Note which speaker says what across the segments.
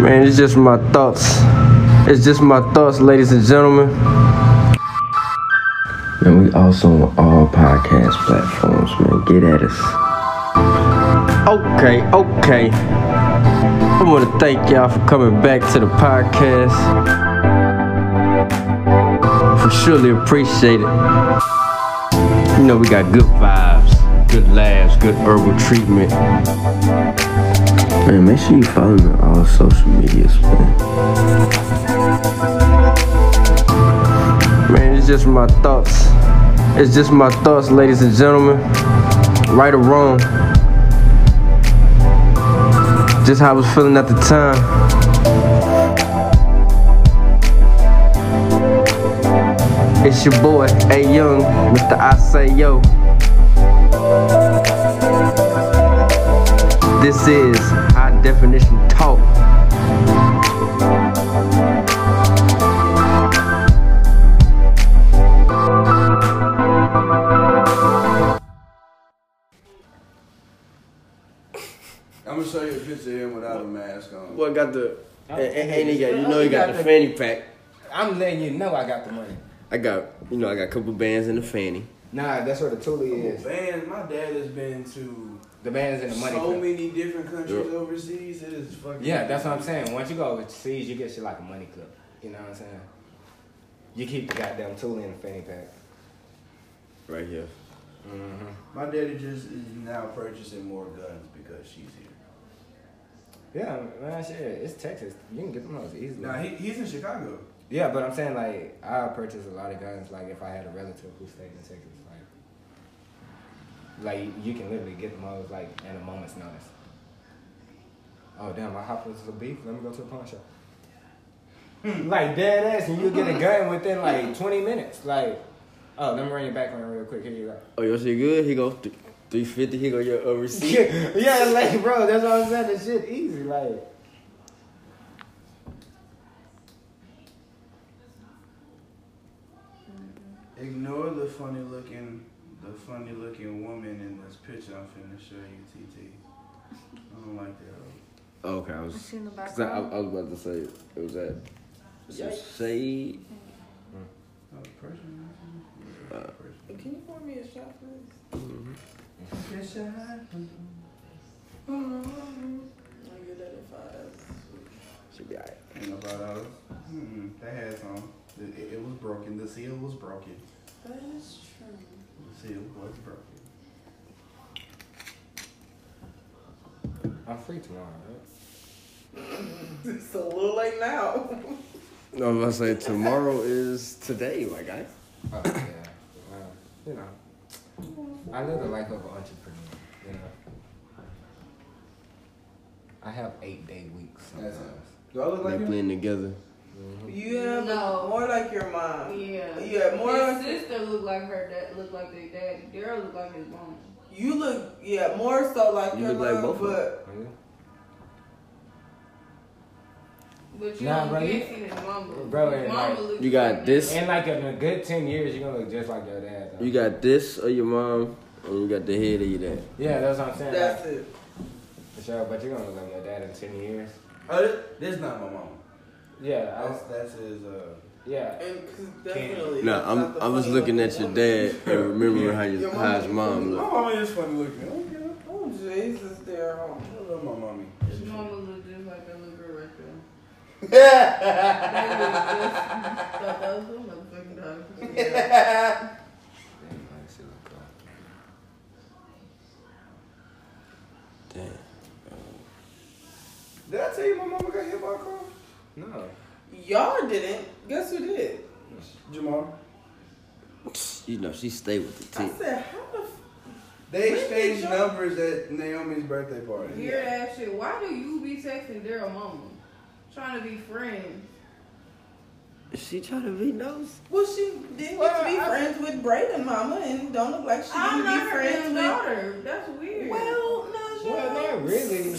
Speaker 1: Man, it's just my thoughts. It's just my thoughts, ladies and gentlemen.
Speaker 2: Man, we also on all podcast platforms, man. Get at us.
Speaker 1: Okay, okay. I want to thank y'all for coming back to the podcast. For surely appreciate it. You know, we got good vibes, good laughs, good herbal treatment.
Speaker 2: Man, make sure you follow me on all social medias, man.
Speaker 1: Man, it's just my thoughts. It's just my thoughts, ladies and gentlemen. Right or wrong. Just how I was feeling at the time. It's your boy, A Young, Mr. I Say Yo. This is High Definition Talk.
Speaker 3: I'm gonna show you a picture of him without a mask on.
Speaker 1: Boy got the,
Speaker 4: Oh,
Speaker 1: and he got, you
Speaker 4: know he got the
Speaker 1: fanny pack.
Speaker 4: I'm letting you know I got the money.
Speaker 1: I got, you know, I got a couple bands in the fanny.
Speaker 4: Nah, that's where the Thule is.
Speaker 3: Bands, my dad has been to
Speaker 4: The band's in the money.
Speaker 3: so
Speaker 4: clip.
Speaker 3: many different countries overseas. It is fucking.
Speaker 4: Yeah, that's what I'm saying. Once you go overseas, you get shit like a money clip. You know what I'm saying? You keep the goddamn Thule in the fanny pack.
Speaker 1: Right here.
Speaker 3: My daddy just is now purchasing more guns because she's here.
Speaker 4: Yeah, man, shit. It's Texas. You can get them hoes easily.
Speaker 3: Now he, he's in Chicago.
Speaker 4: yeah, but I'm saying like I purchase a lot of guns. Like if I had a relative who stayed in Texas, like, like you can literally get them hoes like in a moment's notice. Oh damn! My hot was a beef. Let me go to the pawn shop. like dead ass, and you get a gun within like 20 minutes. Like, oh, let me run your background real quick. Here you go.
Speaker 1: Oh, your shit good? He go th- 350. He go your uh, receipt.
Speaker 4: yeah, like bro, that's what I'm saying. This shit easy, like.
Speaker 3: Ignore the funny looking, the funny looking woman in this picture. I'm finna show you, TT. I don't like that.
Speaker 1: Oh, Okay, I was.
Speaker 5: She in the
Speaker 1: Cause I, I,
Speaker 5: background.
Speaker 1: I was about to say it was that. It's a shade.
Speaker 3: That was Oh, person. person.
Speaker 6: Can you pour me a shot, please?
Speaker 4: Uh.
Speaker 3: Yes, I-
Speaker 6: I get that at five.
Speaker 1: Should be alright.
Speaker 3: Ain't nobody else. Hmm, that has on. It, it, it was broken. The seal was broken.
Speaker 6: That is true.
Speaker 3: The seal was broken.
Speaker 4: I'm free tomorrow. Right?
Speaker 6: It's a little late now.
Speaker 1: No, I was about to say tomorrow is today. Like I.
Speaker 4: Oh, yeah. Well, you know, I live the life of an entrepreneur. You know, I have eight day weeks. uh,
Speaker 3: That's
Speaker 4: Sometimes.
Speaker 3: Do I look
Speaker 1: They
Speaker 3: like him?
Speaker 1: playing together.
Speaker 6: You have
Speaker 5: No.
Speaker 6: more like your mom.
Speaker 5: Yeah.
Speaker 6: Yeah, more
Speaker 5: His
Speaker 6: like-
Speaker 5: sister look like her dad. Look like their daddy. Daryl look like his mom.
Speaker 6: You look, yeah, more so like
Speaker 1: You
Speaker 6: your
Speaker 1: look like
Speaker 6: mom,
Speaker 1: both of
Speaker 6: but
Speaker 4: Really?
Speaker 5: But you
Speaker 4: Nah,
Speaker 5: don't
Speaker 4: bro,
Speaker 5: get
Speaker 4: you-
Speaker 5: seen his mama.
Speaker 4: Bro,
Speaker 5: His
Speaker 4: yeah,
Speaker 5: mama
Speaker 4: like-
Speaker 5: look
Speaker 1: You got
Speaker 5: like
Speaker 1: this.
Speaker 4: And like in a good ten years, you're gonna look just like your dad. though.
Speaker 1: You got this of your mom, and you got the head of your dad.
Speaker 4: yeah, that's what I'm saying.
Speaker 6: that's
Speaker 4: Like,
Speaker 6: it.
Speaker 4: for sure, but you're gonna look like your dad in ten years.
Speaker 3: Oh, this, this is not my mom.
Speaker 4: Yeah, I
Speaker 3: That's
Speaker 4: was,
Speaker 3: that's his. Uh,
Speaker 4: yeah.
Speaker 6: And 'cause definitely.
Speaker 1: No,
Speaker 6: that's not
Speaker 1: I'm.
Speaker 6: the
Speaker 1: I was
Speaker 6: funny
Speaker 1: looking
Speaker 6: looking
Speaker 1: at your
Speaker 6: one.
Speaker 1: dad and remembering how
Speaker 6: Your
Speaker 1: your
Speaker 6: mama
Speaker 1: how his
Speaker 6: is
Speaker 1: mom
Speaker 3: my
Speaker 1: looked.
Speaker 3: mama is funny looking. I don't care.
Speaker 6: Oh, Jesus, they're home.
Speaker 3: I love my mommy.
Speaker 5: His mama look just like that little girl right there. that was just, that was a motherfucking dog.
Speaker 4: Damn, I see look good.
Speaker 1: Damn.
Speaker 3: Did I tell you my mama got hit by a car?
Speaker 4: No.
Speaker 6: Y'all didn't. Guess who did?
Speaker 3: Jamal.
Speaker 1: You know she stayed with the
Speaker 6: I
Speaker 1: team.
Speaker 6: said, how the f-
Speaker 3: They
Speaker 6: When did
Speaker 3: exchanged
Speaker 6: y'all-
Speaker 3: numbers at Naomi's birthday party.
Speaker 5: Weird ass shit. Why do you be texting Daryl mama? Trying to be friends.
Speaker 1: She trying to be nosy.
Speaker 6: Well, she didn't get to be friends with Brayden, Mama, and don't look like she
Speaker 5: I'm
Speaker 6: didn't
Speaker 5: not
Speaker 6: be
Speaker 5: her
Speaker 6: friends
Speaker 5: damn
Speaker 6: with.
Speaker 5: daughter. That's weird.
Speaker 6: Well, no, she
Speaker 4: Well, not really.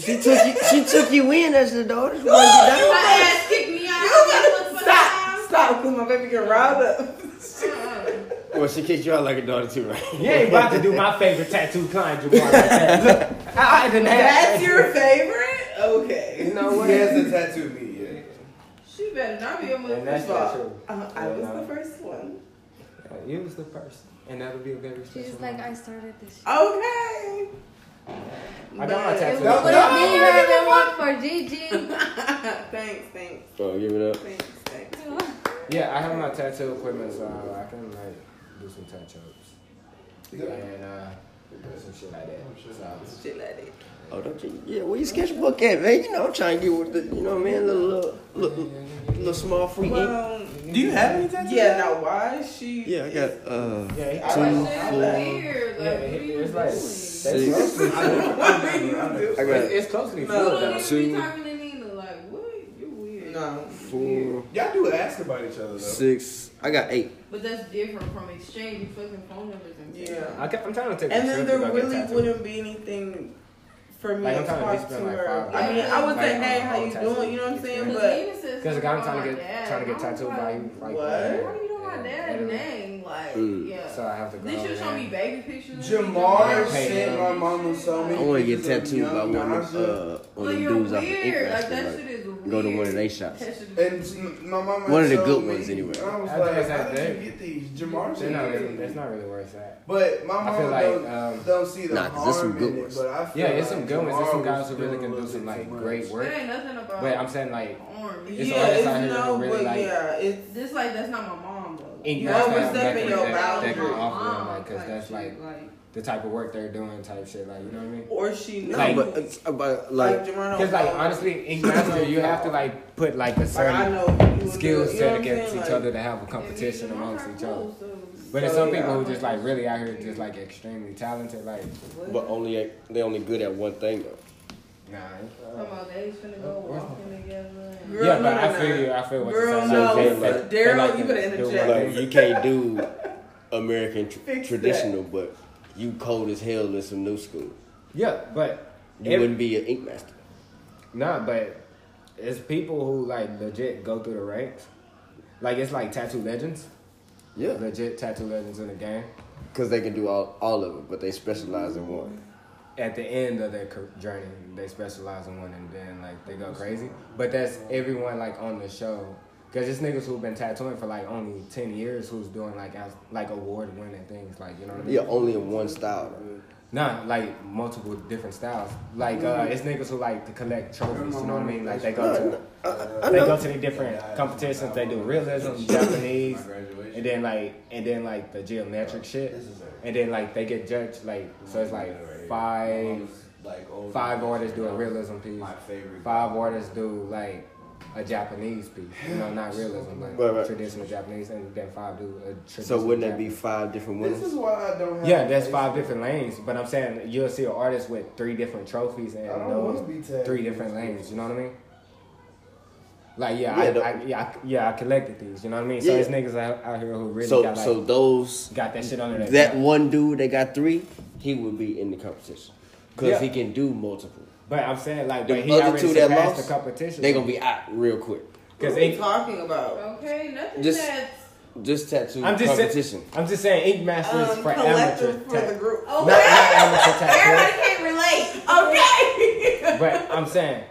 Speaker 1: She took you. She took you in as the daughter. Why you
Speaker 5: my
Speaker 1: not?
Speaker 5: ass kicked me out.
Speaker 6: You
Speaker 5: Motherfucking
Speaker 6: gotta stop,
Speaker 5: house.
Speaker 6: stop, cause my baby get riled up.
Speaker 5: Uh-uh.
Speaker 1: Well, she kicked you out like a daughter too, right?
Speaker 4: You ain't about to do my favorite tattoo client, Jamal. Like that. Look, I, I didn't have
Speaker 6: That's your favorite? Okay.
Speaker 4: No
Speaker 3: He has a
Speaker 4: way.
Speaker 3: tattoo me, yeah.
Speaker 5: She better not be a
Speaker 4: And that's
Speaker 5: motherfucker.
Speaker 4: not true.
Speaker 6: Uh, I
Speaker 4: Yeah,
Speaker 6: was
Speaker 4: no.
Speaker 6: the first one.
Speaker 4: Uh, You was the first, and that'll be a very special.
Speaker 7: She's like,
Speaker 4: moment.
Speaker 7: I started this. shit.
Speaker 6: Okay.
Speaker 4: I got my
Speaker 7: It
Speaker 4: tattoo.
Speaker 7: was
Speaker 4: No,
Speaker 7: for
Speaker 6: no,
Speaker 7: me,
Speaker 6: no,
Speaker 7: her,
Speaker 6: no, no.
Speaker 7: and one for Gigi.
Speaker 6: thanks, thanks,
Speaker 2: Oh, give it up.
Speaker 6: thanks, thanks.
Speaker 4: Yeah, I have my tattoo equipment, so I can like do some touch ups and uh, do some shit like
Speaker 3: Oh,
Speaker 4: that. So,
Speaker 6: Shit like that.
Speaker 2: Oh, don't you? Yeah, where your sketchbook at, man? You know, I'm trying to get with the, you know, man, little, little, little, little small free ink.
Speaker 6: Well,
Speaker 3: Do you have any tattoos?
Speaker 6: yeah. Now, why is she?
Speaker 2: Yeah, I got, uh,
Speaker 4: yeah,
Speaker 5: That
Speaker 4: I
Speaker 5: shit
Speaker 4: like,
Speaker 5: is
Speaker 4: I like,
Speaker 5: weird.
Speaker 4: yeah,
Speaker 5: Like, what are
Speaker 4: it-
Speaker 5: you
Speaker 4: it's like
Speaker 5: doing?
Speaker 4: that's
Speaker 2: Six.
Speaker 4: closely,
Speaker 3: I don't- I don't- I don't-
Speaker 2: I
Speaker 4: it's,
Speaker 2: got
Speaker 4: it's closely
Speaker 5: You
Speaker 4: filled
Speaker 5: don't
Speaker 4: out.
Speaker 5: even be
Speaker 2: Two.
Speaker 5: talking to Nina. Like, what? You're weird.
Speaker 6: No.
Speaker 2: four,
Speaker 3: Y'all do ask about each other though.
Speaker 2: six. I got eight.
Speaker 5: But that's different from exchanging fucking phone numbers and shit.
Speaker 6: Yeah.
Speaker 4: I ca- I'm trying to take.
Speaker 6: And
Speaker 4: a
Speaker 6: then
Speaker 4: trip
Speaker 6: there
Speaker 4: if I get
Speaker 6: really
Speaker 4: tattooed.
Speaker 6: wouldn't be anything for me
Speaker 4: Like,
Speaker 6: to
Speaker 4: I'm trying to
Speaker 6: talk
Speaker 4: reach
Speaker 6: to
Speaker 4: them, like,
Speaker 6: her.
Speaker 4: five
Speaker 6: I mean, I
Speaker 4: hours.
Speaker 6: would say,
Speaker 4: Like,
Speaker 6: hey,
Speaker 4: I'm
Speaker 6: how you
Speaker 4: tattooed.
Speaker 6: doing? You know what I'm saying?
Speaker 5: But
Speaker 6: But
Speaker 5: Nina says
Speaker 4: Cause like,
Speaker 5: something
Speaker 4: I'm trying
Speaker 5: about
Speaker 4: to
Speaker 5: Oh my
Speaker 4: get
Speaker 5: dad,
Speaker 4: trying to get
Speaker 5: and I was
Speaker 4: tattooed by
Speaker 5: like,
Speaker 4: you. Like,
Speaker 6: What?
Speaker 4: yeah,
Speaker 5: Why do you know my
Speaker 4: yeah,
Speaker 5: dad's
Speaker 4: literally.
Speaker 5: name? Like,
Speaker 2: Mm.
Speaker 5: yeah.
Speaker 4: So I have to go.
Speaker 5: Then she'll
Speaker 4: over
Speaker 5: show
Speaker 4: there.
Speaker 5: me baby pictures.
Speaker 3: Jamar
Speaker 4: Hey,
Speaker 3: sent my
Speaker 4: um,
Speaker 3: mama so
Speaker 2: I
Speaker 3: many.
Speaker 2: want to get
Speaker 3: pictures of
Speaker 2: tattooed by
Speaker 3: young
Speaker 2: one of
Speaker 3: Naja.
Speaker 2: them, uh, one
Speaker 5: Like,
Speaker 2: of them
Speaker 5: you're
Speaker 2: dudes off of
Speaker 5: weird. Like, that shit
Speaker 2: Inkmaster. Like,
Speaker 5: is weird.
Speaker 2: go to one of they shops.
Speaker 5: That shit is
Speaker 3: And s- my mama
Speaker 2: One of the
Speaker 3: showed
Speaker 2: good
Speaker 3: me,
Speaker 2: ones,
Speaker 3: I
Speaker 2: anyway.
Speaker 3: was
Speaker 4: I
Speaker 3: like,
Speaker 4: think it's
Speaker 3: how did
Speaker 4: not big.
Speaker 3: you get these? Jamar
Speaker 4: They're
Speaker 3: sent
Speaker 4: not really,
Speaker 3: these.
Speaker 4: that's not really worth that.
Speaker 3: But my
Speaker 4: I feel
Speaker 3: mama
Speaker 4: like,
Speaker 3: don't,
Speaker 4: um,
Speaker 3: don't see the
Speaker 2: Nah, 'cause there's some
Speaker 3: harm
Speaker 2: good
Speaker 3: in
Speaker 2: ones.
Speaker 3: it. But I feel
Speaker 4: Yeah, it's
Speaker 3: like
Speaker 4: some good ones. There's some
Speaker 3: Jamar
Speaker 4: guys who
Speaker 3: was
Speaker 4: really
Speaker 3: doing
Speaker 4: can
Speaker 3: a
Speaker 4: do
Speaker 3: little
Speaker 4: some
Speaker 3: bit
Speaker 4: like
Speaker 3: too much.
Speaker 4: great work.
Speaker 5: There ain't nothing about
Speaker 4: But I'm saying like
Speaker 5: orange.
Speaker 4: It's
Speaker 6: yeah,
Speaker 4: artists
Speaker 6: it's
Speaker 4: out here that
Speaker 6: no,
Speaker 4: really
Speaker 6: but
Speaker 4: like-
Speaker 6: yeah, it's
Speaker 5: This like that's not my mom though.
Speaker 4: ink
Speaker 6: You
Speaker 4: master
Speaker 6: always
Speaker 4: have
Speaker 6: step in
Speaker 4: records
Speaker 6: your
Speaker 4: that,
Speaker 6: boundary. Oh,
Speaker 4: that can offer them,
Speaker 5: Mom,
Speaker 4: like, cause that's
Speaker 5: she,
Speaker 4: like
Speaker 5: like
Speaker 4: the type of work they're doing, type shit. Like, you know what I mean?
Speaker 6: or she
Speaker 2: No,
Speaker 4: Like-
Speaker 6: knows.
Speaker 2: but it's about
Speaker 6: like
Speaker 2: like
Speaker 6: Jamar
Speaker 4: Cause like honestly, ink master, you have to like put like a
Speaker 6: like, I
Speaker 4: certain
Speaker 6: know you
Speaker 4: skill
Speaker 6: you know what
Speaker 4: set
Speaker 6: I'm
Speaker 4: against
Speaker 6: saying?
Speaker 4: each
Speaker 6: Like,
Speaker 4: other to have a competition
Speaker 5: Yeah, you
Speaker 4: amongst
Speaker 5: are
Speaker 4: each other.
Speaker 5: cool, so-
Speaker 4: But there's
Speaker 6: So,
Speaker 4: some
Speaker 6: yeah.
Speaker 4: people who just like really out here just like extremely talented. Like,
Speaker 2: but only at, they only good at one thing though.
Speaker 4: nah.
Speaker 5: Talking about they finna go
Speaker 4: Where's
Speaker 5: walking together. and-
Speaker 6: Girl,
Speaker 4: yeah, but
Speaker 6: no, no,
Speaker 4: I feel
Speaker 6: no.
Speaker 4: you. I feel what
Speaker 6: Girl,
Speaker 4: you're saying.
Speaker 2: no,
Speaker 4: They
Speaker 2: listen,
Speaker 4: they
Speaker 6: Daryl,
Speaker 4: like
Speaker 6: you
Speaker 4: to
Speaker 6: better
Speaker 4: do one
Speaker 6: interject.
Speaker 4: thing.
Speaker 2: Like you can't do American tr-
Speaker 6: Fix
Speaker 2: traditional, but you cold as hell in some new school.
Speaker 4: Yeah, but
Speaker 2: You
Speaker 4: Every-
Speaker 2: wouldn't be an ink master.
Speaker 4: Nah, but it's people who like legit go through the ranks. Like it's like tattoo legends,
Speaker 2: Yeah,
Speaker 4: legit tattoo legends in the game.
Speaker 2: because they can do all all of it, but they specialize in one.
Speaker 4: At the end of their car- journey, they specialize in one, and then like they go crazy. But that's everyone like on the show, because it's niggas who've been tattooing for like only ten years who's doing like as, like award winning things, like you know what I mean?
Speaker 2: Yeah, only in one style.
Speaker 4: Nah, like multiple different styles. Like uh,
Speaker 3: Mm-hmm.
Speaker 4: it's niggas who like to collect trophies. You know what I mean? Like they go to they go to the different competitions. They do realism, Japanese,
Speaker 3: My graduation.
Speaker 4: and then like and then like the geometric shit,
Speaker 3: This is it.
Speaker 4: and then like they get judged. Like so it's
Speaker 3: My mama's
Speaker 4: like five
Speaker 3: like old
Speaker 4: five artists do a realism piece.
Speaker 3: My favorite.
Speaker 4: Five artists do like a Japanese piece. You know, not realism, like
Speaker 2: Right, right.
Speaker 4: traditional Japanese, and then five do a traditional.
Speaker 2: So wouldn't that
Speaker 4: Japanese.
Speaker 2: be five different
Speaker 3: This is
Speaker 2: winners?
Speaker 3: why I don't have.
Speaker 4: Yeah, there's five different lanes, but I'm saying you'll see an artist with three different trophies and
Speaker 3: I don't wanna be
Speaker 4: those
Speaker 3: tagged.
Speaker 4: three different lanes. You know what I mean? Like yeah,
Speaker 2: Yeah,
Speaker 4: I,
Speaker 2: the-
Speaker 4: I, yeah, I, yeah, I collected these. You know what I mean? So
Speaker 2: Yeah.
Speaker 4: there's niggas out, out here who really
Speaker 2: So
Speaker 4: got like,
Speaker 2: so those
Speaker 4: got that shit under their
Speaker 2: that
Speaker 4: belt.
Speaker 2: one dude that got three, he would be in the competition because
Speaker 4: Yeah.
Speaker 2: he can do multiple.
Speaker 4: But I'm saying like,
Speaker 2: The
Speaker 4: but he
Speaker 2: other
Speaker 4: already
Speaker 2: two that
Speaker 4: surpassed the
Speaker 2: lost,
Speaker 4: competition.
Speaker 2: They gonna be out real quick.
Speaker 4: because
Speaker 6: What are you talking about?
Speaker 5: Okay, nothing
Speaker 2: Just-
Speaker 5: that's
Speaker 2: Just tattoo
Speaker 4: I'm just
Speaker 2: competition.
Speaker 4: saying, I'm just saying, Ink Master is
Speaker 6: Um,
Speaker 4: for amateur.
Speaker 6: collective for
Speaker 4: tat-
Speaker 6: the group.
Speaker 4: not, not amateur tattooers.
Speaker 5: can't relate.
Speaker 6: Okay.
Speaker 4: But I'm saying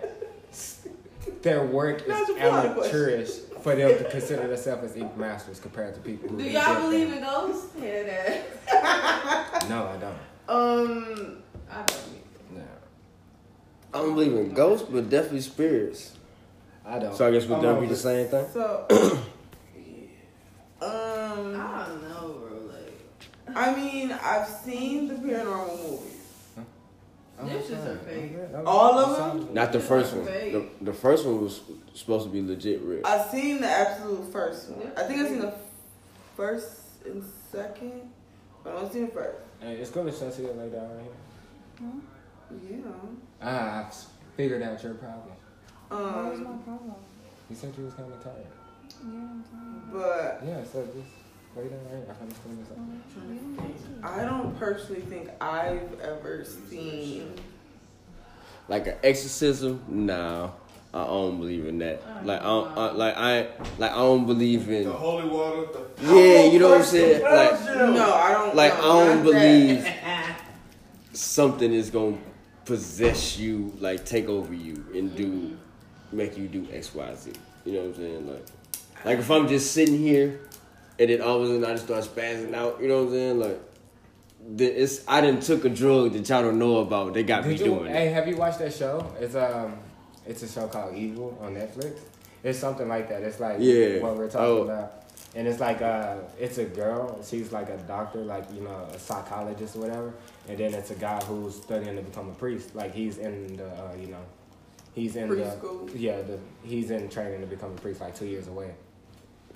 Speaker 4: their work
Speaker 6: That's
Speaker 4: is
Speaker 6: a broad question.
Speaker 4: amateurish for them to consider themselves as ink masters compared to people. Who
Speaker 5: Do
Speaker 4: legit
Speaker 5: y'all believe
Speaker 4: think-
Speaker 5: in ghosts? Yeah, that.
Speaker 4: No, I don't.
Speaker 6: um,
Speaker 5: I don't.
Speaker 4: No,
Speaker 2: I don't believe in ghosts, but definitely spirits.
Speaker 4: I don't.
Speaker 2: So I guess would
Speaker 4: I'm
Speaker 2: that
Speaker 4: over
Speaker 2: be the
Speaker 4: it.
Speaker 2: same thing?
Speaker 6: so. Um,
Speaker 5: I don't know, bro. Like,
Speaker 6: I mean, I've seen the paranormal movies.
Speaker 5: This is a fake.
Speaker 6: All of them?
Speaker 2: Not the first one. The, the first one was supposed to be legit real.
Speaker 6: I've seen the absolute first one. I think I've seen the first and second, but I don't see the first.
Speaker 4: Hey, it's gonna shut you later on right here.
Speaker 6: Yeah.
Speaker 4: Ah, I've figured out your problem.
Speaker 7: What was my
Speaker 6: Um,
Speaker 7: problem?
Speaker 4: You said you was kind of tired.
Speaker 7: You know what
Speaker 6: but
Speaker 4: Yeah, so just lay down right here. I can explain this.
Speaker 7: I'm talking about.
Speaker 6: I don't personally think I've ever seen.
Speaker 2: Like an exorcism? No, I don't believe in that. Like I, don't, I like I like I don't believe in.
Speaker 3: The holy water. The
Speaker 2: Yeah, you know what I'm saying? Like
Speaker 6: No, I don't.
Speaker 2: like I
Speaker 6: no,
Speaker 2: don't
Speaker 6: not that.
Speaker 2: believe something is gonna possess you, like take over you, and do
Speaker 6: Mm-hmm.
Speaker 2: make you do X, Y, Z. You know what I'm saying? Like, like if I'm just sitting here, and then all of a sudden I just start spazzing out. You know what I'm saying? Like, the, it's I didn't took a drug that y'all don't know about. They got me
Speaker 4: Did you,
Speaker 2: doing it.
Speaker 4: hey, have you watched that show? It's um, it's a show called Evil on Netflix. It's something like that. It's like
Speaker 2: Yeah.
Speaker 4: what we're talking
Speaker 2: Oh.
Speaker 4: about, and it's like uh, it's a girl. She's like a doctor, like you know, a psychologist or whatever. And then it's a guy who's studying to become a priest. Like he's in the uh, you know, he's in
Speaker 6: Preschool.
Speaker 4: the yeah, the, he's in training to become a priest, like two years away.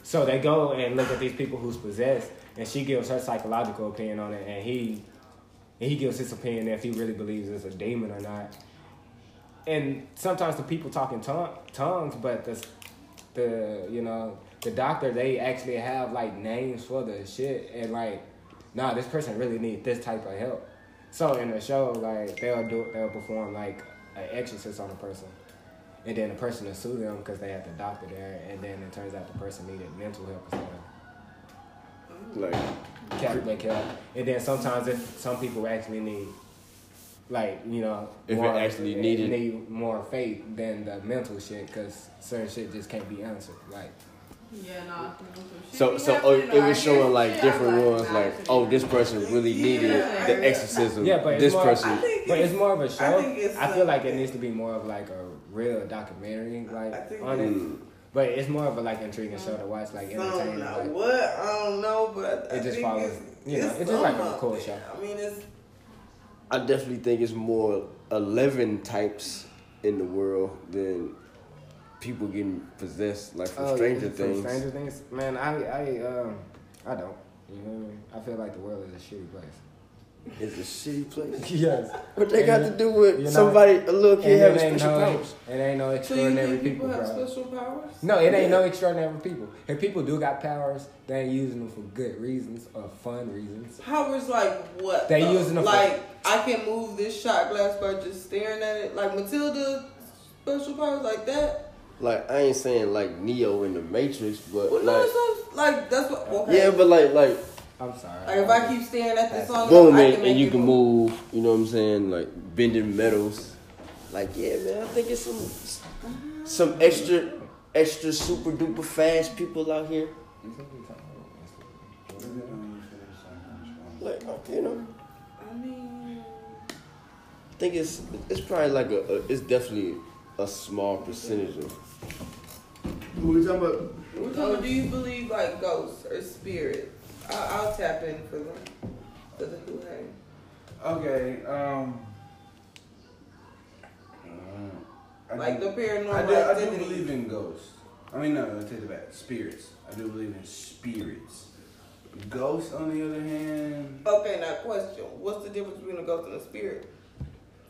Speaker 4: So they go and look at these people who's possessed, and she gives her psychological opinion on it, and he and he gives his opinion if he really believes it's a demon or not. And sometimes the people talking tongue, tongues, but the the you know the doctor they actually have like names for the shit, and like, nah, this person really need this type of help. So in the show, like they'll do they'll perform like an exorcist on a person. And then the person will sue them because they had the doctor there, and then it turns out the person needed mental help instead of
Speaker 2: Like,
Speaker 4: Catholic help. And then sometimes if some people actually need, like you know,
Speaker 2: If it actually needed-
Speaker 4: need more faith than the mental shit because certain shit just can't be answered. Like
Speaker 5: Yeah, nah.
Speaker 2: so, so oh, it was showing like different ones. Like, oh, this person really needed
Speaker 6: Yeah.
Speaker 2: the exorcism.
Speaker 4: Yeah, but it's
Speaker 2: this
Speaker 4: more-
Speaker 6: I
Speaker 2: person.
Speaker 6: think
Speaker 4: But it's
Speaker 6: it's,
Speaker 4: more of a show. I,
Speaker 6: think it's
Speaker 4: feel
Speaker 6: like-
Speaker 4: like it needs to be more of like a real documentary,
Speaker 6: I
Speaker 4: like
Speaker 6: think
Speaker 4: on it. But it's more of a like intriguing show to watch, like
Speaker 6: some,
Speaker 4: entertaining.
Speaker 6: like,
Speaker 4: Like,
Speaker 6: what I don't know, but I,
Speaker 4: It
Speaker 6: I
Speaker 4: just
Speaker 6: think
Speaker 4: follows-
Speaker 6: it's,
Speaker 4: you know, it's just
Speaker 6: some
Speaker 4: like a
Speaker 6: out
Speaker 4: cool
Speaker 6: there.
Speaker 4: show.
Speaker 6: I mean, it's
Speaker 2: I definitely think it's more eleven types in the world than people getting possessed, like from
Speaker 4: oh,
Speaker 2: Stranger
Speaker 4: from
Speaker 2: Things.
Speaker 4: Stranger Things, man. I I um I don't. You know what I mean? I feel like the world is a shitty place.
Speaker 2: It's a shitty place.
Speaker 4: yes.
Speaker 2: What they got to do with
Speaker 4: You know,
Speaker 2: somebody, a little kid
Speaker 4: And
Speaker 2: having
Speaker 4: it ain't,
Speaker 2: special
Speaker 4: no,
Speaker 2: powers?
Speaker 4: it ain't no
Speaker 6: so you
Speaker 4: extraordinary
Speaker 6: think
Speaker 4: people,
Speaker 6: people have
Speaker 4: bro.
Speaker 6: special powers?
Speaker 4: No, it ain't no extraordinary people. If people do got powers, they ain't using them for good reasons or fun reasons.
Speaker 6: Powers like what?
Speaker 4: They
Speaker 6: though?
Speaker 4: using them for-
Speaker 6: like I can move this shot glass by just staring at it. Like Matilda, special powers like that.
Speaker 2: Like I ain't saying like Neo in the Matrix, but
Speaker 6: Well, no,
Speaker 2: like
Speaker 6: it's not like that's what. Okay.
Speaker 2: yeah, but like like
Speaker 4: I'm sorry.
Speaker 6: like if I keep staring at this song,
Speaker 2: boom
Speaker 6: I
Speaker 2: and,
Speaker 6: make
Speaker 2: and you
Speaker 6: it
Speaker 2: can move. You know what I'm saying? Like bending metals. Like yeah, man. I think it's some some extra extra super duper fast people out here. Like you know.
Speaker 6: I mean,
Speaker 2: I think it's it's probably like a, a it's definitely a small percentage of
Speaker 3: What we talking about?
Speaker 6: we're talking- do you believe like ghosts or spirits? I, I'll tap in for them. For the who hey.
Speaker 3: Okay. Um. uh, I
Speaker 6: Like
Speaker 3: do-
Speaker 6: the paranormal
Speaker 3: I do, I do
Speaker 6: activity.
Speaker 3: believe in ghosts. I mean, no, I take it back. Spirits. I do believe in spirits. Ghosts, on the other hand,
Speaker 6: Okay, now question. What's the difference between a ghost and a spirit?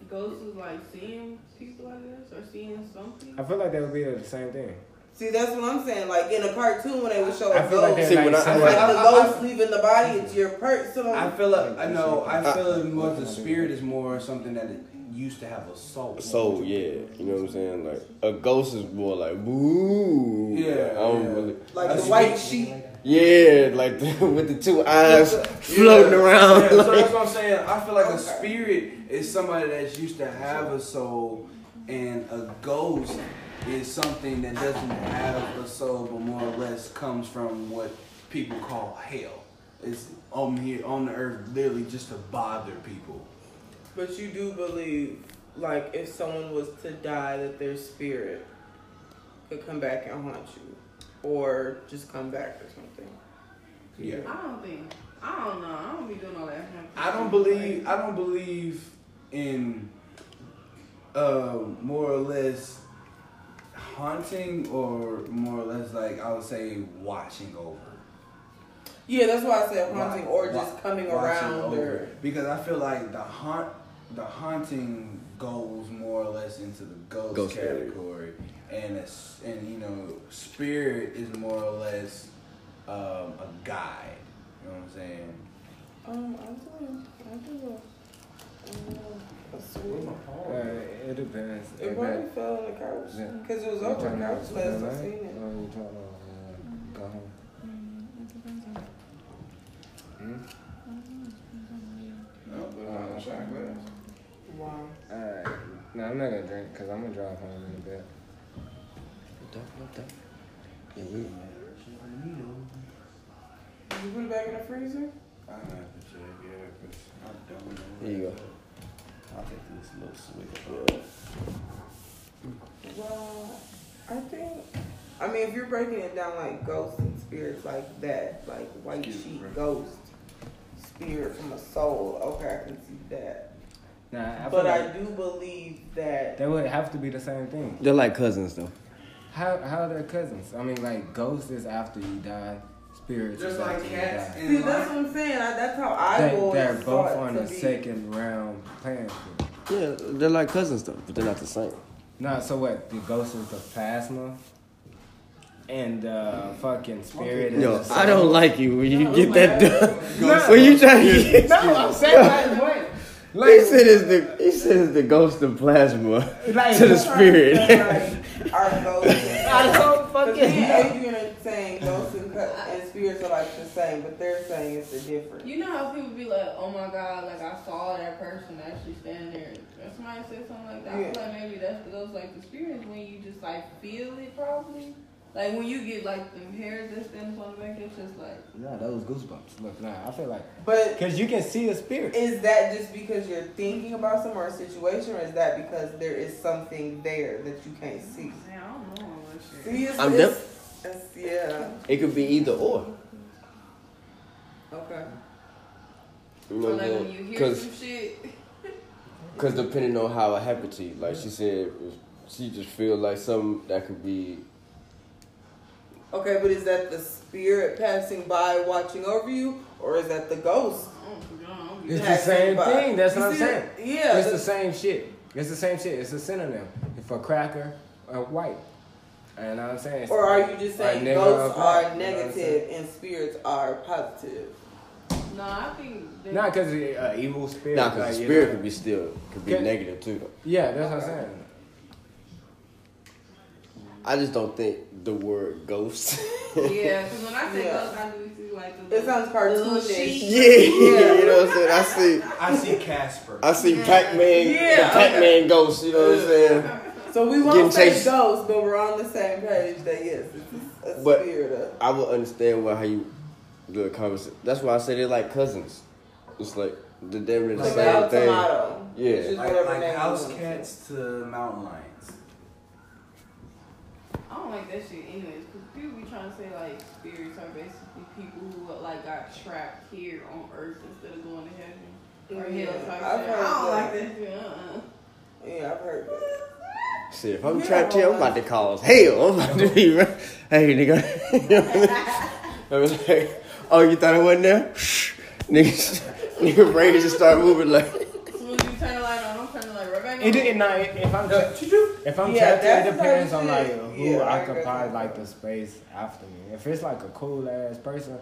Speaker 5: Ghosts is like seeing people like this or seeing something.
Speaker 4: I feel like that would be the same thing.
Speaker 6: See, that's what I'm saying. Like in a cartoon when they would show a
Speaker 4: I feel
Speaker 6: ghost.
Speaker 4: like they're
Speaker 2: See,
Speaker 4: like,
Speaker 2: when I-
Speaker 6: It's
Speaker 4: similar.
Speaker 6: like
Speaker 3: I-
Speaker 6: the
Speaker 3: I- I-
Speaker 6: ghost leaving the body, it's your personal.
Speaker 3: I feel like I know. I feel like more the spirit is more something that it used to have a soul.
Speaker 2: So yeah, you know what I'm saying? Like a ghost is more like boo.
Speaker 3: Yeah,
Speaker 2: Like, I don't
Speaker 3: yeah.
Speaker 2: really.
Speaker 6: like
Speaker 3: a
Speaker 6: the white
Speaker 3: spirit.
Speaker 6: sheep.
Speaker 2: Yeah, like the, with the two eyes
Speaker 6: Yeah.
Speaker 2: floating around.
Speaker 3: Yeah, so that's what I'm saying. I feel like a
Speaker 6: Okay.
Speaker 3: spirit is somebody that's used to have a soul, and a ghost is something that doesn't have a soul, but more or less comes from what people call hell. It's on here on the earth, literally just to bother people.
Speaker 6: But you do believe, like, if someone was to die, that their spirit could come back and haunt you, or just come back or something.
Speaker 3: Yeah.
Speaker 5: I don't think. I don't know. I don't be doing all that.
Speaker 3: I don't believe I don't believe in uh, more or less haunting or more or less like I would say watching over.
Speaker 6: Yeah, that's why I said haunting, or
Speaker 3: Wa-
Speaker 6: just coming
Speaker 3: watching
Speaker 6: around,
Speaker 3: over.
Speaker 6: or
Speaker 3: because I feel like the haunt the haunting goes more or less into the ghost,
Speaker 2: Ghost area.
Speaker 3: category, and it's and you know spirit is more or less um, a guide. You know what I'm saying?
Speaker 6: um, I do, I do. A swing.
Speaker 4: Uh, it depends.
Speaker 6: It
Speaker 4: If
Speaker 6: probably
Speaker 4: that-
Speaker 6: fell on the couch
Speaker 4: Yeah.
Speaker 6: because it was
Speaker 4: you
Speaker 6: over the
Speaker 4: trying to
Speaker 6: couch
Speaker 4: go to
Speaker 6: last I
Speaker 4: LA?
Speaker 6: seen it.
Speaker 4: Or you trying to uh, go home?
Speaker 3: Mm,
Speaker 4: Hmm?
Speaker 3: No, but
Speaker 4: I'm
Speaker 3: shot glass.
Speaker 6: Wow.
Speaker 4: Alright. No, I'm not gonna drink because I'm gonna drive home in a bit.
Speaker 6: You put it back in the freezer?
Speaker 3: I have to check, yeah, because I don't know.
Speaker 2: Here you go.
Speaker 3: I'll take this little swig.
Speaker 6: Well, I think. I mean, if you're breaking it down like ghosts and spirits like that, like white
Speaker 3: Excuse me,
Speaker 6: sheep
Speaker 3: bro.
Speaker 6: ghost, spirit from a soul. Okay, I can see that.
Speaker 4: Nah, I
Speaker 6: But
Speaker 4: feel
Speaker 6: I
Speaker 4: like
Speaker 6: do believe that.
Speaker 4: they would have to be the same thing.
Speaker 2: They're like cousins though.
Speaker 4: How how are their cousins? I mean, like ghosts is after you die, spirits
Speaker 3: Just
Speaker 4: is
Speaker 3: like
Speaker 4: after
Speaker 3: cats
Speaker 4: you die.
Speaker 3: and
Speaker 6: See,
Speaker 3: lions.
Speaker 6: that's what I'm saying. I, that's how I
Speaker 4: They,
Speaker 6: always
Speaker 4: they're both
Speaker 6: thought
Speaker 4: on
Speaker 6: to
Speaker 4: the
Speaker 6: be.
Speaker 4: second round playing field.
Speaker 2: Yeah, they're like cousins though, but they're not the same.
Speaker 4: Nah, so what? The ghost is the plasma, and uh, fucking spirit. is
Speaker 2: Yo,
Speaker 4: the
Speaker 2: I
Speaker 4: same.
Speaker 2: don't like you when you get that done.
Speaker 4: Nah.
Speaker 2: when you try to get
Speaker 4: No, I'm saying like what?
Speaker 2: He said it's the he said it's the ghost of plasma
Speaker 4: Like-
Speaker 2: to the spirit.
Speaker 6: Like, our ghosts.
Speaker 4: I don't
Speaker 6: Because me
Speaker 4: fucking.
Speaker 6: and Adrian are saying ghosts and, cu- and spirits are like the same, but they're saying it's a different.
Speaker 5: You know how people be like, oh my god, like I saw that person actually standing there. And somebody said something like that. I feel like maybe that's the ghost like the spirit when you just like feel it probably. Like when you get like them hairs that stand up on the back, it's just like
Speaker 4: Nah, that was goosebumps. Look, nah, I feel like
Speaker 6: But
Speaker 4: because you can see a spirit.
Speaker 6: Is that just because you're thinking about some or a situation, or is that because there is something there that you can't see?
Speaker 5: man, I don't know all this shit.
Speaker 6: See, it's,
Speaker 2: I'm
Speaker 6: it's, it's- yeah.
Speaker 2: It could be either or.
Speaker 6: Okay.
Speaker 2: You know
Speaker 5: Or
Speaker 2: what I'm
Speaker 5: like when you
Speaker 2: saying?
Speaker 5: hear
Speaker 2: Because
Speaker 5: some shit.
Speaker 2: Because depending on how it happened to you, like she said, she just feel like something that could be.
Speaker 6: Okay, but is that the spirit passing by, watching over you, or is that the ghost?
Speaker 5: Oh, God, I'm
Speaker 4: It's the
Speaker 6: passing
Speaker 4: same
Speaker 6: by?
Speaker 4: thing. That's
Speaker 6: You
Speaker 4: what I'm
Speaker 6: see
Speaker 4: saying.
Speaker 6: that? Yeah.
Speaker 4: It's the
Speaker 6: that's-
Speaker 4: same shit. It's the same shit. It's a synonym for cracker or white. And I'm saying.
Speaker 6: Or are you just
Speaker 4: Or
Speaker 6: saying
Speaker 4: nigga
Speaker 6: ghosts
Speaker 4: or black,
Speaker 6: are
Speaker 4: you know what I'm
Speaker 6: negative and spirits are positive?
Speaker 5: No, I think that
Speaker 4: Not because uh, evil spirit.
Speaker 2: Nah, because
Speaker 4: like,
Speaker 2: the
Speaker 4: you
Speaker 2: spirit
Speaker 4: know.
Speaker 2: could be still could be
Speaker 4: Can-
Speaker 2: negative too. Though.
Speaker 4: Yeah, that's what I'm saying.
Speaker 2: I just don't think the word ghost.
Speaker 5: yeah, because when I say
Speaker 6: Yeah.
Speaker 5: ghost, I do see like the
Speaker 6: It sounds
Speaker 5: little
Speaker 6: cartoonish.
Speaker 5: sheep.
Speaker 2: yeah, you know what I'm saying. I see,
Speaker 3: I see Casper.
Speaker 2: I see Pac Man,
Speaker 6: Yeah,
Speaker 2: the Pac Man ghost. You know what I'm saying.
Speaker 6: So we
Speaker 2: Getting
Speaker 6: won't say
Speaker 2: chased.
Speaker 6: ghosts, but we're on the same page that yes, it's a
Speaker 2: But-
Speaker 6: spirit of.
Speaker 2: I would understand why how you the conversation. That's why I say they're like cousins. It's like the damn near the
Speaker 6: Like
Speaker 2: same
Speaker 6: Tomato.
Speaker 2: thing.
Speaker 6: Tomato.
Speaker 2: Yeah.
Speaker 6: It's just
Speaker 3: Like,
Speaker 6: whatever
Speaker 3: like
Speaker 6: name you
Speaker 3: house
Speaker 6: want to
Speaker 3: cats to mountain lions.
Speaker 5: I don't like that shit anyways, because people be trying to say like spirits are basically people who like got trapped here on earth instead of going to heaven
Speaker 6: say.
Speaker 5: or
Speaker 6: Yeah,
Speaker 5: hell type
Speaker 6: I've
Speaker 5: shit.
Speaker 6: heard
Speaker 5: I don't like
Speaker 6: that.
Speaker 5: that shit. Uh-uh.
Speaker 6: Yeah, I've heard that.
Speaker 2: See, if I'm
Speaker 6: Yeah,
Speaker 2: trying to tell, I'm about to cause hell. I'm about to be right. Hey, nigga. You know what I was like, oh, you thought I wasn't there? Shh. Nigga, nigga brain just start moving like.
Speaker 5: As soon as you turn the light on, I'm turning the light right back on.
Speaker 4: It did not. If I'm tra- if I'm
Speaker 6: Yeah,
Speaker 4: trapped,
Speaker 6: that's
Speaker 4: it depends
Speaker 6: what
Speaker 4: on
Speaker 6: I'm
Speaker 4: like
Speaker 6: saying.
Speaker 4: who
Speaker 6: Yeah, I agree.
Speaker 4: occupies like the space after me. If it's like a cool ass person,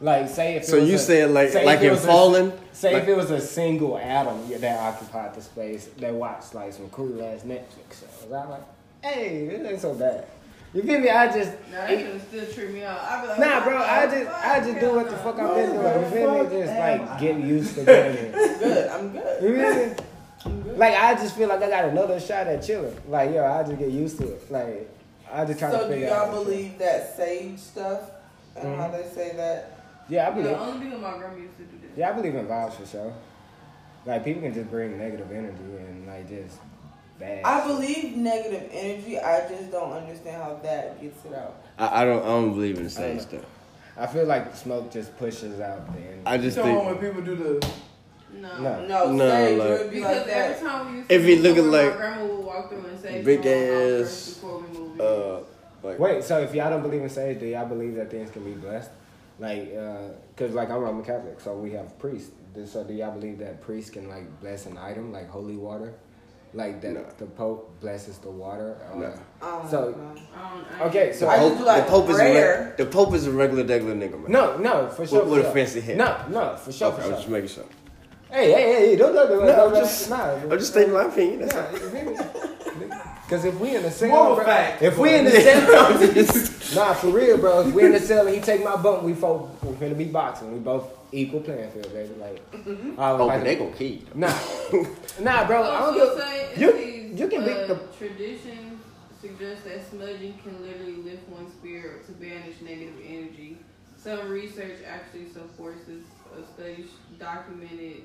Speaker 4: like say if it
Speaker 2: So
Speaker 4: was
Speaker 2: you
Speaker 4: a-
Speaker 2: said like
Speaker 4: say
Speaker 2: like
Speaker 4: if it
Speaker 2: in
Speaker 4: was a-
Speaker 2: falling.
Speaker 4: Say
Speaker 2: like-
Speaker 4: if it was a single atom that occupied the space, they watched like some cool ass Netflix shows. I'm like, hey, this ain't so bad. You feel me? I just
Speaker 5: Nah, that shit still trip me out. I be like,
Speaker 4: nah,
Speaker 5: what
Speaker 4: bro.
Speaker 5: the
Speaker 6: Oh,
Speaker 4: I just
Speaker 5: fuck?
Speaker 4: I just do what the fuck I've been doing. You feel me? Just like get used to it.
Speaker 6: I'm good. I'm good.
Speaker 4: You feel me? Like I just feel like I got another shot at chilling. Like yo, I just get used to it. Like I just try to
Speaker 6: So do
Speaker 4: figure
Speaker 6: y'all
Speaker 4: out. how to chill.
Speaker 6: believe that sage stuff and how they say that?
Speaker 4: Yeah, I believe.
Speaker 5: Yeah, only because my grandma used to do that.
Speaker 4: Yeah, I believe in vibes for sure. Like people can just bring negative energy and like just bad.
Speaker 6: I
Speaker 4: shit.
Speaker 6: believe negative energy. I just don't understand how that gets it out.
Speaker 2: I, I don't I don't believe in the same stuff.
Speaker 4: I feel like the smoke just pushes out the energy.
Speaker 2: I just think
Speaker 3: people do the.
Speaker 5: No.
Speaker 4: no.
Speaker 6: No,
Speaker 2: No,
Speaker 6: sage
Speaker 2: like-
Speaker 6: it would be
Speaker 5: Because
Speaker 6: like
Speaker 5: every
Speaker 6: that.
Speaker 5: time we used to
Speaker 2: It be
Speaker 5: move
Speaker 2: looking
Speaker 5: somewhere,
Speaker 2: like
Speaker 5: my grandma would walk through and say
Speaker 2: big
Speaker 5: "Come on,
Speaker 2: ass,
Speaker 5: first before we move in."
Speaker 2: uh like
Speaker 4: Wait, so if y'all don't believe in sage, do y'all believe that things can be blessed? Like, uh, cause like I'm Roman Catholic, so we have priests. Do- So do y'all believe that priests can like bless an item, like holy water, like that
Speaker 2: No.
Speaker 4: the Pope blesses the water? Or,
Speaker 2: No.
Speaker 6: Um,
Speaker 4: So-
Speaker 5: I don't, I
Speaker 4: Okay, so
Speaker 6: I just do, like,
Speaker 2: the Pope is a
Speaker 6: prayer.
Speaker 2: reg- the Pope is a regular degular nigga man.
Speaker 4: no, no, for sure.
Speaker 2: with
Speaker 4: for
Speaker 2: a fancy
Speaker 4: sure.
Speaker 2: hat.
Speaker 4: No, no, for sure.
Speaker 2: okay,
Speaker 4: for
Speaker 2: I'm
Speaker 4: sure.
Speaker 2: just making sure.
Speaker 4: Hey, hey, hey, hey, don't do that.
Speaker 2: No,
Speaker 4: No,
Speaker 2: I'm just-
Speaker 4: nah,
Speaker 2: I'm just stating my opinion. That's
Speaker 4: Because Cause if we in the cell,
Speaker 3: More
Speaker 4: bro,
Speaker 3: fact.
Speaker 4: if we in the cell, nah, for real, bro. If we in the cell and he take my bump, we fo- we finna be boxing. We both equal playing field, baby. Like, I was
Speaker 2: Oh,
Speaker 4: like-
Speaker 2: but they gonna kill you.
Speaker 4: nah, nah, bro. I don't
Speaker 5: Also
Speaker 4: give.
Speaker 5: say it
Speaker 4: you-
Speaker 5: says,
Speaker 4: you can
Speaker 5: uh,
Speaker 4: make the-
Speaker 5: tradition suggests that smudging can literally lift one's spirit to banish negative energy. Some research actually supports this. A study documented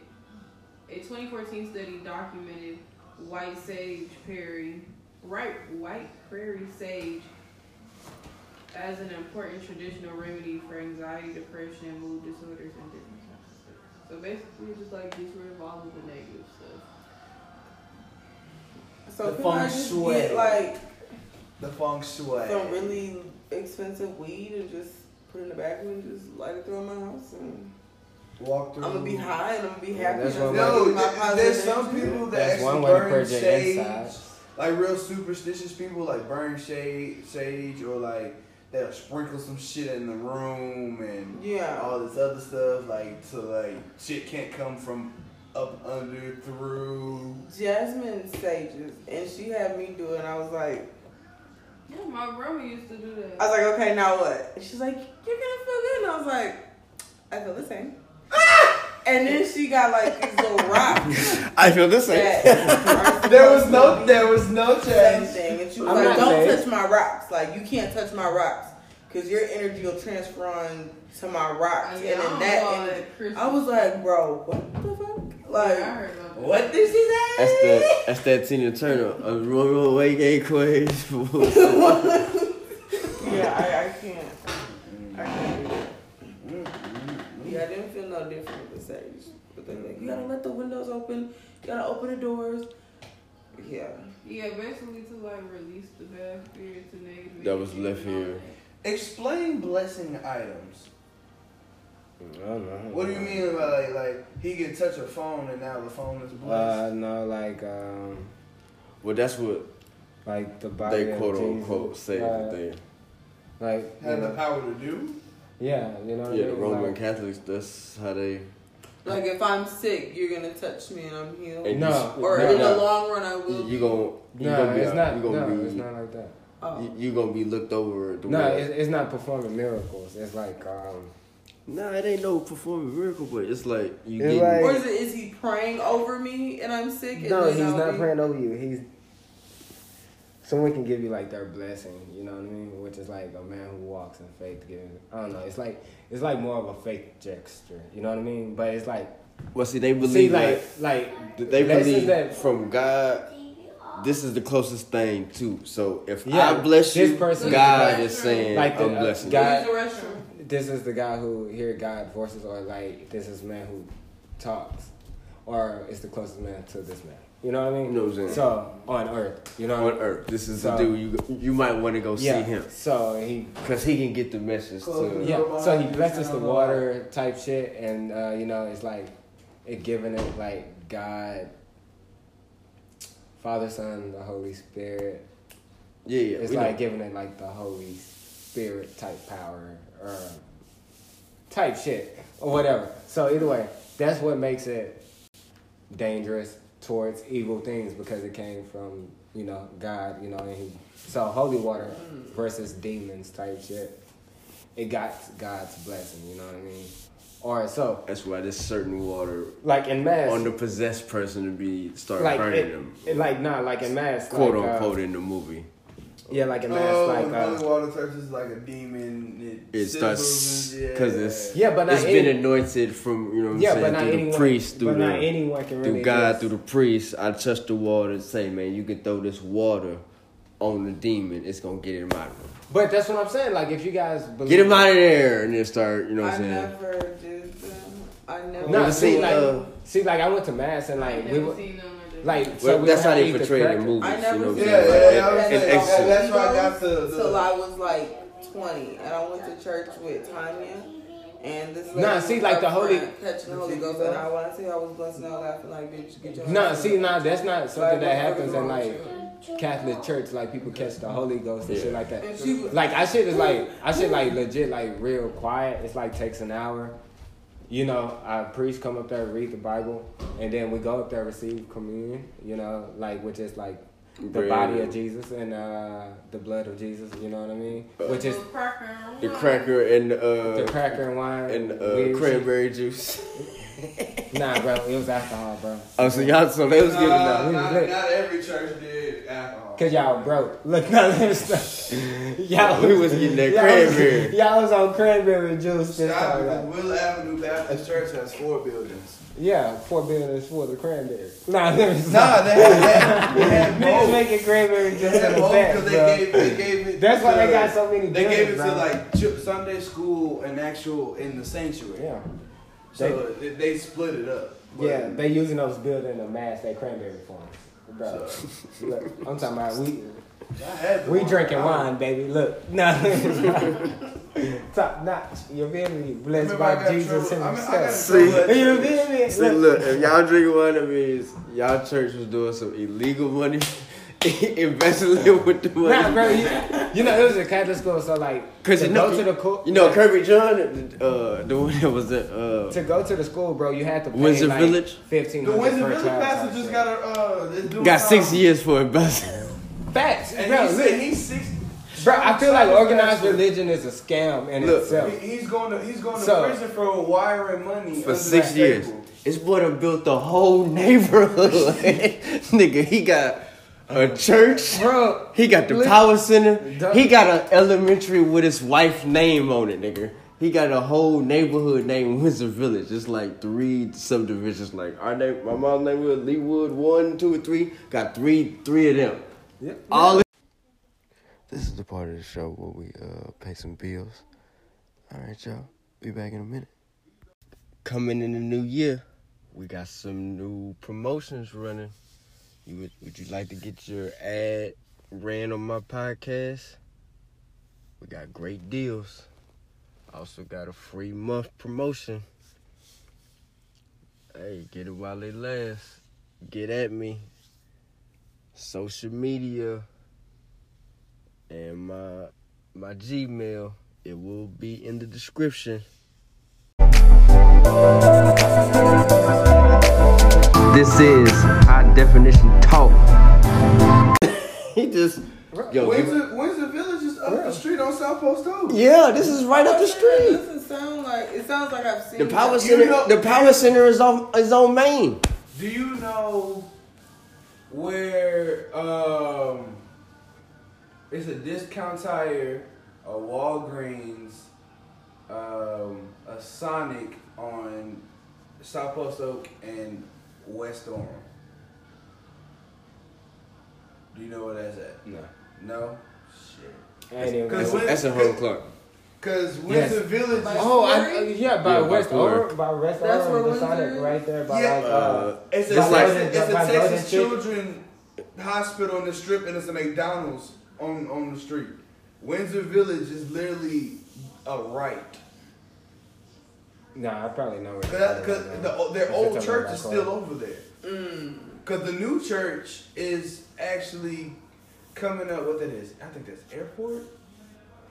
Speaker 5: a 2014 study documented white sage prairie, right? White prairie sage as an important traditional remedy for anxiety, depression, mood disorders, and different types of stuff. So basically, just like gets rid of all of the negative stuff.
Speaker 6: So
Speaker 3: The
Speaker 6: can I
Speaker 3: feng
Speaker 6: just
Speaker 3: shui.
Speaker 6: get like
Speaker 3: The feng shui.
Speaker 6: some really expensive weed and just put it in the back and just light it through my house and
Speaker 3: Walk
Speaker 6: I'm
Speaker 3: through.
Speaker 6: gonna be high and I'm gonna be
Speaker 4: Yeah,
Speaker 6: happy.
Speaker 4: that's
Speaker 6: and I'm
Speaker 4: what
Speaker 6: gonna
Speaker 3: No,
Speaker 6: get my
Speaker 3: th- there's
Speaker 6: positive
Speaker 3: some
Speaker 6: energy.
Speaker 3: people that
Speaker 4: That's one
Speaker 3: actually
Speaker 4: way to
Speaker 3: burn
Speaker 4: purge your
Speaker 3: sage.
Speaker 4: insides.
Speaker 3: Like real superstitious people, like burn shade, sage, or like they'll sprinkle some shit in the room and
Speaker 6: Yeah.
Speaker 3: all this other stuff. Like so, like shit can't come from up under through.
Speaker 6: Jasmine Sages, and she had me do it. And I was like,
Speaker 5: Yeah, my grandma used to do that.
Speaker 6: I was like, okay, now what? And she's like, you're gonna feel good. And I was like, I feel the same. and then she got like these little rocks.
Speaker 2: I feel this
Speaker 6: that are
Speaker 3: There was no,
Speaker 6: supposed to
Speaker 3: there was no
Speaker 6: be the same
Speaker 3: change.
Speaker 6: thing. And she was
Speaker 4: I'm
Speaker 6: like,
Speaker 4: not
Speaker 6: don't
Speaker 4: saying-
Speaker 6: touch my rocks. Like you can't touch my rocks because your energy will transfer on to my rocks, and then that. Energy, I was like, bro, what the fuck?
Speaker 5: I
Speaker 6: Like,
Speaker 5: heard about that.
Speaker 6: what did she say?
Speaker 2: That's the that's that Tina Turner. I'm rolling away gay quiz.
Speaker 6: Yeah, I, I can't. I can't do that. Yeah, I didn't feel no different with Sage. But they're like, you gotta let the windows open. You gotta open the doors. Yeah.
Speaker 5: Yeah, basically to like release the bad spirits and negative.
Speaker 2: That was
Speaker 5: energy
Speaker 2: left
Speaker 5: and all
Speaker 2: here.
Speaker 3: Explain blessing items.
Speaker 4: Mm, I don't know.
Speaker 3: What do you mean by like, like he can touch a phone and now the phone is blessed?
Speaker 4: Uh, no, like, um,
Speaker 2: well, that's what
Speaker 4: like the body.
Speaker 2: they
Speaker 4: of
Speaker 2: quote
Speaker 4: Jesus,
Speaker 2: unquote say
Speaker 4: uh,
Speaker 2: the thing.
Speaker 4: Like, you
Speaker 3: Had the
Speaker 4: know,
Speaker 3: power to do.
Speaker 4: yeah, you know. what I
Speaker 2: Yeah, the
Speaker 4: mean?
Speaker 2: Roman
Speaker 4: Like,
Speaker 2: Catholics. That's how they.
Speaker 6: Like if I'm sick, you're gonna touch me and I'm healed.
Speaker 2: and you
Speaker 4: No.
Speaker 2: s-
Speaker 6: or
Speaker 2: no,
Speaker 6: in the
Speaker 2: no.
Speaker 6: long run, I will.
Speaker 2: you
Speaker 6: be-
Speaker 2: gonna you
Speaker 4: No,
Speaker 2: gonna be
Speaker 4: it's
Speaker 2: out.
Speaker 4: not.
Speaker 2: you gonna
Speaker 4: No,
Speaker 2: be
Speaker 4: it's not like that.
Speaker 6: Oh.
Speaker 2: you, you gonna be looked over. The
Speaker 4: No,
Speaker 2: world.
Speaker 4: it's, it's not performing miracles. It's like, um,
Speaker 2: Nah, it ain't no performing miracle, but it's like you
Speaker 4: It's
Speaker 2: getting
Speaker 4: like-
Speaker 6: Or is it? Is he praying over me and I'm sick? And
Speaker 4: no,
Speaker 6: then
Speaker 4: he's
Speaker 6: I'll
Speaker 4: not
Speaker 6: be-
Speaker 4: praying over you. He's someone can give you like their blessing. You know what I mean? Which is like a man who walks in faith. Giving, I don't know. It's like it's like more of a faith gesture. You know what I mean? But it's like
Speaker 2: well, see, they believe
Speaker 4: see,
Speaker 2: like,
Speaker 4: like like
Speaker 2: that they
Speaker 4: blessings
Speaker 2: believe
Speaker 4: that-
Speaker 2: from God. This is the closest thing to. So if
Speaker 4: Yeah,
Speaker 2: I bless you,
Speaker 4: this person-
Speaker 2: God is saying
Speaker 4: Like the,
Speaker 2: I'm
Speaker 4: uh,
Speaker 2: blessing.
Speaker 4: God-
Speaker 2: you.
Speaker 6: Use the restroom.
Speaker 4: this is the guy who hear God voices, or like this is man who talks, or it's the closest man to this man. You know what I mean?
Speaker 2: You know what I'm saying?
Speaker 4: So on earth, you know.
Speaker 2: on earth. This is
Speaker 4: So-
Speaker 2: the dude you you might want to go
Speaker 4: yeah.
Speaker 2: see him
Speaker 4: So he
Speaker 2: because he can get the message
Speaker 3: Cool.
Speaker 2: to.
Speaker 4: yeah.
Speaker 3: Nobody
Speaker 4: So he
Speaker 3: is
Speaker 4: blesses the
Speaker 3: gonna
Speaker 4: water type shit, and uh, you know it's like it giving it like God, Father, Son, the Holy Spirit.
Speaker 2: Yeah, yeah.
Speaker 4: It's
Speaker 2: we
Speaker 4: like
Speaker 2: know.
Speaker 4: giving it like the Holy Spirit type power or type shit or whatever. So either way, that's what makes it dangerous towards evil things because it came from you know God, you know, and he, so holy water versus demons type shit. It got God's blessing, you know what I mean? Or so
Speaker 2: That's why this certain water
Speaker 4: like in mass,
Speaker 2: on the possessed person to be start
Speaker 4: like
Speaker 2: burning
Speaker 4: it,
Speaker 2: them,
Speaker 4: it- like nah, like in mass,
Speaker 2: quote
Speaker 4: like, uh,
Speaker 2: unquote, in the movie.
Speaker 4: yeah, like in mass,
Speaker 3: Oh,
Speaker 4: like
Speaker 3: the
Speaker 4: uh,
Speaker 3: holy water touches like a demon. It,
Speaker 2: It starts
Speaker 3: sizzles and-
Speaker 2: because it's
Speaker 4: yeah, but not
Speaker 2: it's
Speaker 4: any-
Speaker 2: been anointed from you know what I'm
Speaker 4: yeah,
Speaker 2: saying
Speaker 4: but not
Speaker 2: through
Speaker 4: anyone.
Speaker 2: the priest through
Speaker 4: but not
Speaker 2: the
Speaker 4: anyone can really
Speaker 2: through God
Speaker 4: just-
Speaker 2: through the priest. I touch the water and say, man, you can throw this water on the demon. It's gonna get him out of him.
Speaker 4: But that's what I'm saying. Like if you guys believe,
Speaker 2: Get him out of there, and then start you know what
Speaker 6: I
Speaker 2: I'm saying.
Speaker 6: never did that. I never.
Speaker 4: No,
Speaker 2: Never
Speaker 4: see,
Speaker 2: seen,
Speaker 4: like,
Speaker 2: uh,
Speaker 4: see, like I went to mass and
Speaker 5: I
Speaker 4: like
Speaker 5: ain't
Speaker 4: we
Speaker 5: never
Speaker 4: were
Speaker 5: seen none of that.
Speaker 4: like so
Speaker 2: Well,
Speaker 4: we
Speaker 2: that's
Speaker 4: would
Speaker 2: how
Speaker 4: have to
Speaker 2: they
Speaker 4: eat the
Speaker 2: portray it
Speaker 4: cracker.
Speaker 2: in movies.
Speaker 6: I
Speaker 2: You
Speaker 6: never
Speaker 2: know what I'm
Speaker 6: seen
Speaker 2: saying?
Speaker 3: Yeah,
Speaker 2: Like,
Speaker 3: yeah,
Speaker 2: it-
Speaker 3: yeah,
Speaker 2: it's
Speaker 3: yeah.
Speaker 2: exorcism.
Speaker 3: That's where I got the- the-
Speaker 6: till I was like twenty, and I went to church with Tanya. And this
Speaker 4: Nah,
Speaker 6: lady
Speaker 4: see,
Speaker 6: was
Speaker 4: like
Speaker 6: up
Speaker 4: the Holy-
Speaker 6: front catching the Holy Ghost, and I when I say I was blessed, I was laughing like, bitch, get your
Speaker 4: No,
Speaker 6: ass
Speaker 4: see,
Speaker 6: up.
Speaker 4: nah, that's not
Speaker 6: Like,
Speaker 4: something that happens in
Speaker 6: wrong with
Speaker 4: like Catholic church. Like people catch the Holy Ghost and shit
Speaker 2: Yeah.
Speaker 4: like
Speaker 6: And
Speaker 4: that.
Speaker 6: she was-
Speaker 4: Like I shit is like I shit like legit like real quiet. It's like takes an hour. You know, our priest come up there read the Bible, and then we go up there receive communion. You know, like which is like the body of Jesus and uh, the blood of Jesus. You know what I mean? Which is
Speaker 5: Little cracker and
Speaker 2: The
Speaker 5: wine.
Speaker 2: cracker and uh,
Speaker 4: the cracker and wine
Speaker 2: and
Speaker 4: weird
Speaker 2: uh,
Speaker 4: shit.
Speaker 2: cranberry juice.
Speaker 4: Nah, bro, it was alcohol, bro.
Speaker 2: Oh, so y'all, so they was giving
Speaker 3: Nah,
Speaker 2: out.
Speaker 3: not,
Speaker 4: lit.
Speaker 3: not every church did alcohol.
Speaker 4: Cause y'all broke. Look, now let me stop. Y'all
Speaker 2: We was getting that
Speaker 4: y'all
Speaker 2: cranberry.
Speaker 4: Y'all was on cranberry juice this
Speaker 3: Stop
Speaker 4: time.
Speaker 3: because
Speaker 4: y'all.
Speaker 3: Will Avenue Baptist Church has four buildings.
Speaker 4: Yeah, four billions for the cranberry. Nah, let me stop.
Speaker 3: Nah, they had, they had
Speaker 4: Bitch
Speaker 3: both.
Speaker 4: making cranberry
Speaker 3: They
Speaker 4: juice in
Speaker 3: had
Speaker 4: the
Speaker 3: both
Speaker 4: back,
Speaker 3: because
Speaker 4: bro.
Speaker 3: they gave, they gave it.
Speaker 4: That's why
Speaker 3: to-
Speaker 4: they got so many
Speaker 3: They
Speaker 4: guns,
Speaker 3: gave it
Speaker 4: bro.
Speaker 3: to like ch- Sunday school and actual in the sanctuary.
Speaker 4: Yeah.
Speaker 3: So they, they split it up. But-
Speaker 4: Yeah, they using those building to mask that cranberry for us. Bro. Look, I'm talking about we
Speaker 3: I had the
Speaker 4: we
Speaker 3: wine.
Speaker 4: drinking
Speaker 3: I-
Speaker 4: wine, baby. Look. Nah. Top notch. You feel me? Blessed
Speaker 3: Remember I
Speaker 4: by
Speaker 3: got in
Speaker 4: Jesus
Speaker 3: trouble- I mean, I got in
Speaker 4: himself.
Speaker 2: See.
Speaker 3: trouble at
Speaker 4: You
Speaker 3: church.
Speaker 4: feel me?
Speaker 2: See, look, if y'all drinking wine, that means y'all church was doing some illegal money, investing it with the money.
Speaker 4: Nah, bro, you, you know it was a Catholic school, so like
Speaker 2: 'Cause
Speaker 4: to
Speaker 2: you
Speaker 4: go
Speaker 2: know-
Speaker 4: to the co-
Speaker 2: You know, Kirby John, uh, the one that was at, uh,
Speaker 4: to go to the school, bro, you had to pay
Speaker 2: Windsor
Speaker 4: like
Speaker 2: Village?
Speaker 4: fifteen.
Speaker 3: The Windsor Village
Speaker 4: child
Speaker 3: pastor
Speaker 4: type
Speaker 3: just
Speaker 4: shit.
Speaker 3: got a uh, is doing
Speaker 2: got six
Speaker 3: time.
Speaker 2: years for investing.
Speaker 4: facts,
Speaker 3: And
Speaker 4: bro.
Speaker 3: he
Speaker 4: look,
Speaker 3: said he's six.
Speaker 4: bro, I feel like
Speaker 3: Child
Speaker 4: organized
Speaker 3: pastor.
Speaker 4: religion is a scam in
Speaker 2: Look,
Speaker 4: itself.
Speaker 3: He- He's going to he's going to
Speaker 4: So-
Speaker 3: prison for wiring money
Speaker 2: for
Speaker 3: under
Speaker 2: six
Speaker 3: that
Speaker 2: years.
Speaker 3: table.
Speaker 2: This boy done built the whole neighborhood. Nigga, he got a church.
Speaker 4: Bro,
Speaker 2: He got the
Speaker 4: Look-
Speaker 2: power center.
Speaker 4: Duh.
Speaker 2: He got an elementary with his wife's name on it, nigga. He got a whole neighborhood named Windsor Village. It's like three subdivisions. Like our name, my mom's name was Leewood one, two, and three. Got three, three of them. All. This is the part of the show where we uh pay some bills. All right, y'all. Be back in a minute. Coming in the new year, we got some new promotions running. You would would you like to get your ad ran on my podcast? We got great deals. Also got a free month promotion. Hey, get it while it lasts. Get at me. Social media and my my Gmail. It will be in the description.
Speaker 1: This is High Definition Talk.
Speaker 2: He just yo, give-
Speaker 3: Windsor, Windsor Village is up the street on South Post Road.
Speaker 2: yeah, this is right up the
Speaker 6: It
Speaker 2: street.
Speaker 6: doesn't sound like it sounds like I've seen
Speaker 2: The power
Speaker 6: it.
Speaker 2: center,
Speaker 3: know-
Speaker 2: the power center is on is on Main.
Speaker 3: Do you know where um it's a discount tire, a Walgreens, um, a Sonic on South Post Oak and West Orange? Do you know where that's at?
Speaker 2: No,
Speaker 3: No? Shit.
Speaker 4: Anyway.
Speaker 3: Cause when-
Speaker 2: that's a whole clock.
Speaker 3: Cause
Speaker 4: Yes.
Speaker 3: Windsor Village is
Speaker 4: Oh, I,
Speaker 6: Fleury?
Speaker 4: yeah, by
Speaker 2: Yeah, by
Speaker 4: West
Speaker 2: Fleury.
Speaker 4: Orange, by West
Speaker 6: That's
Speaker 4: Orange,
Speaker 6: where
Speaker 4: the Sonic
Speaker 6: Windsor-
Speaker 4: right there, by
Speaker 3: Yeah.
Speaker 4: like,
Speaker 2: Uh,
Speaker 4: uh,
Speaker 3: It's a,
Speaker 4: By
Speaker 3: Texas,
Speaker 4: Golden-
Speaker 3: it's a
Speaker 4: by Golden
Speaker 3: Texas
Speaker 4: Chick-
Speaker 3: children hospital on the strip, and it's a McDonald's on on the street. Windsor Village is literally a right.
Speaker 4: Nah, I probably know where.
Speaker 3: Cause,
Speaker 4: that-
Speaker 3: cause the, o-
Speaker 4: If
Speaker 3: their
Speaker 4: you're
Speaker 3: old
Speaker 4: talking
Speaker 3: church
Speaker 4: about
Speaker 3: is still
Speaker 4: Fleury.
Speaker 3: over there.
Speaker 7: Mm.
Speaker 3: Cause the new church is actually coming up. What that is? I think that's airport.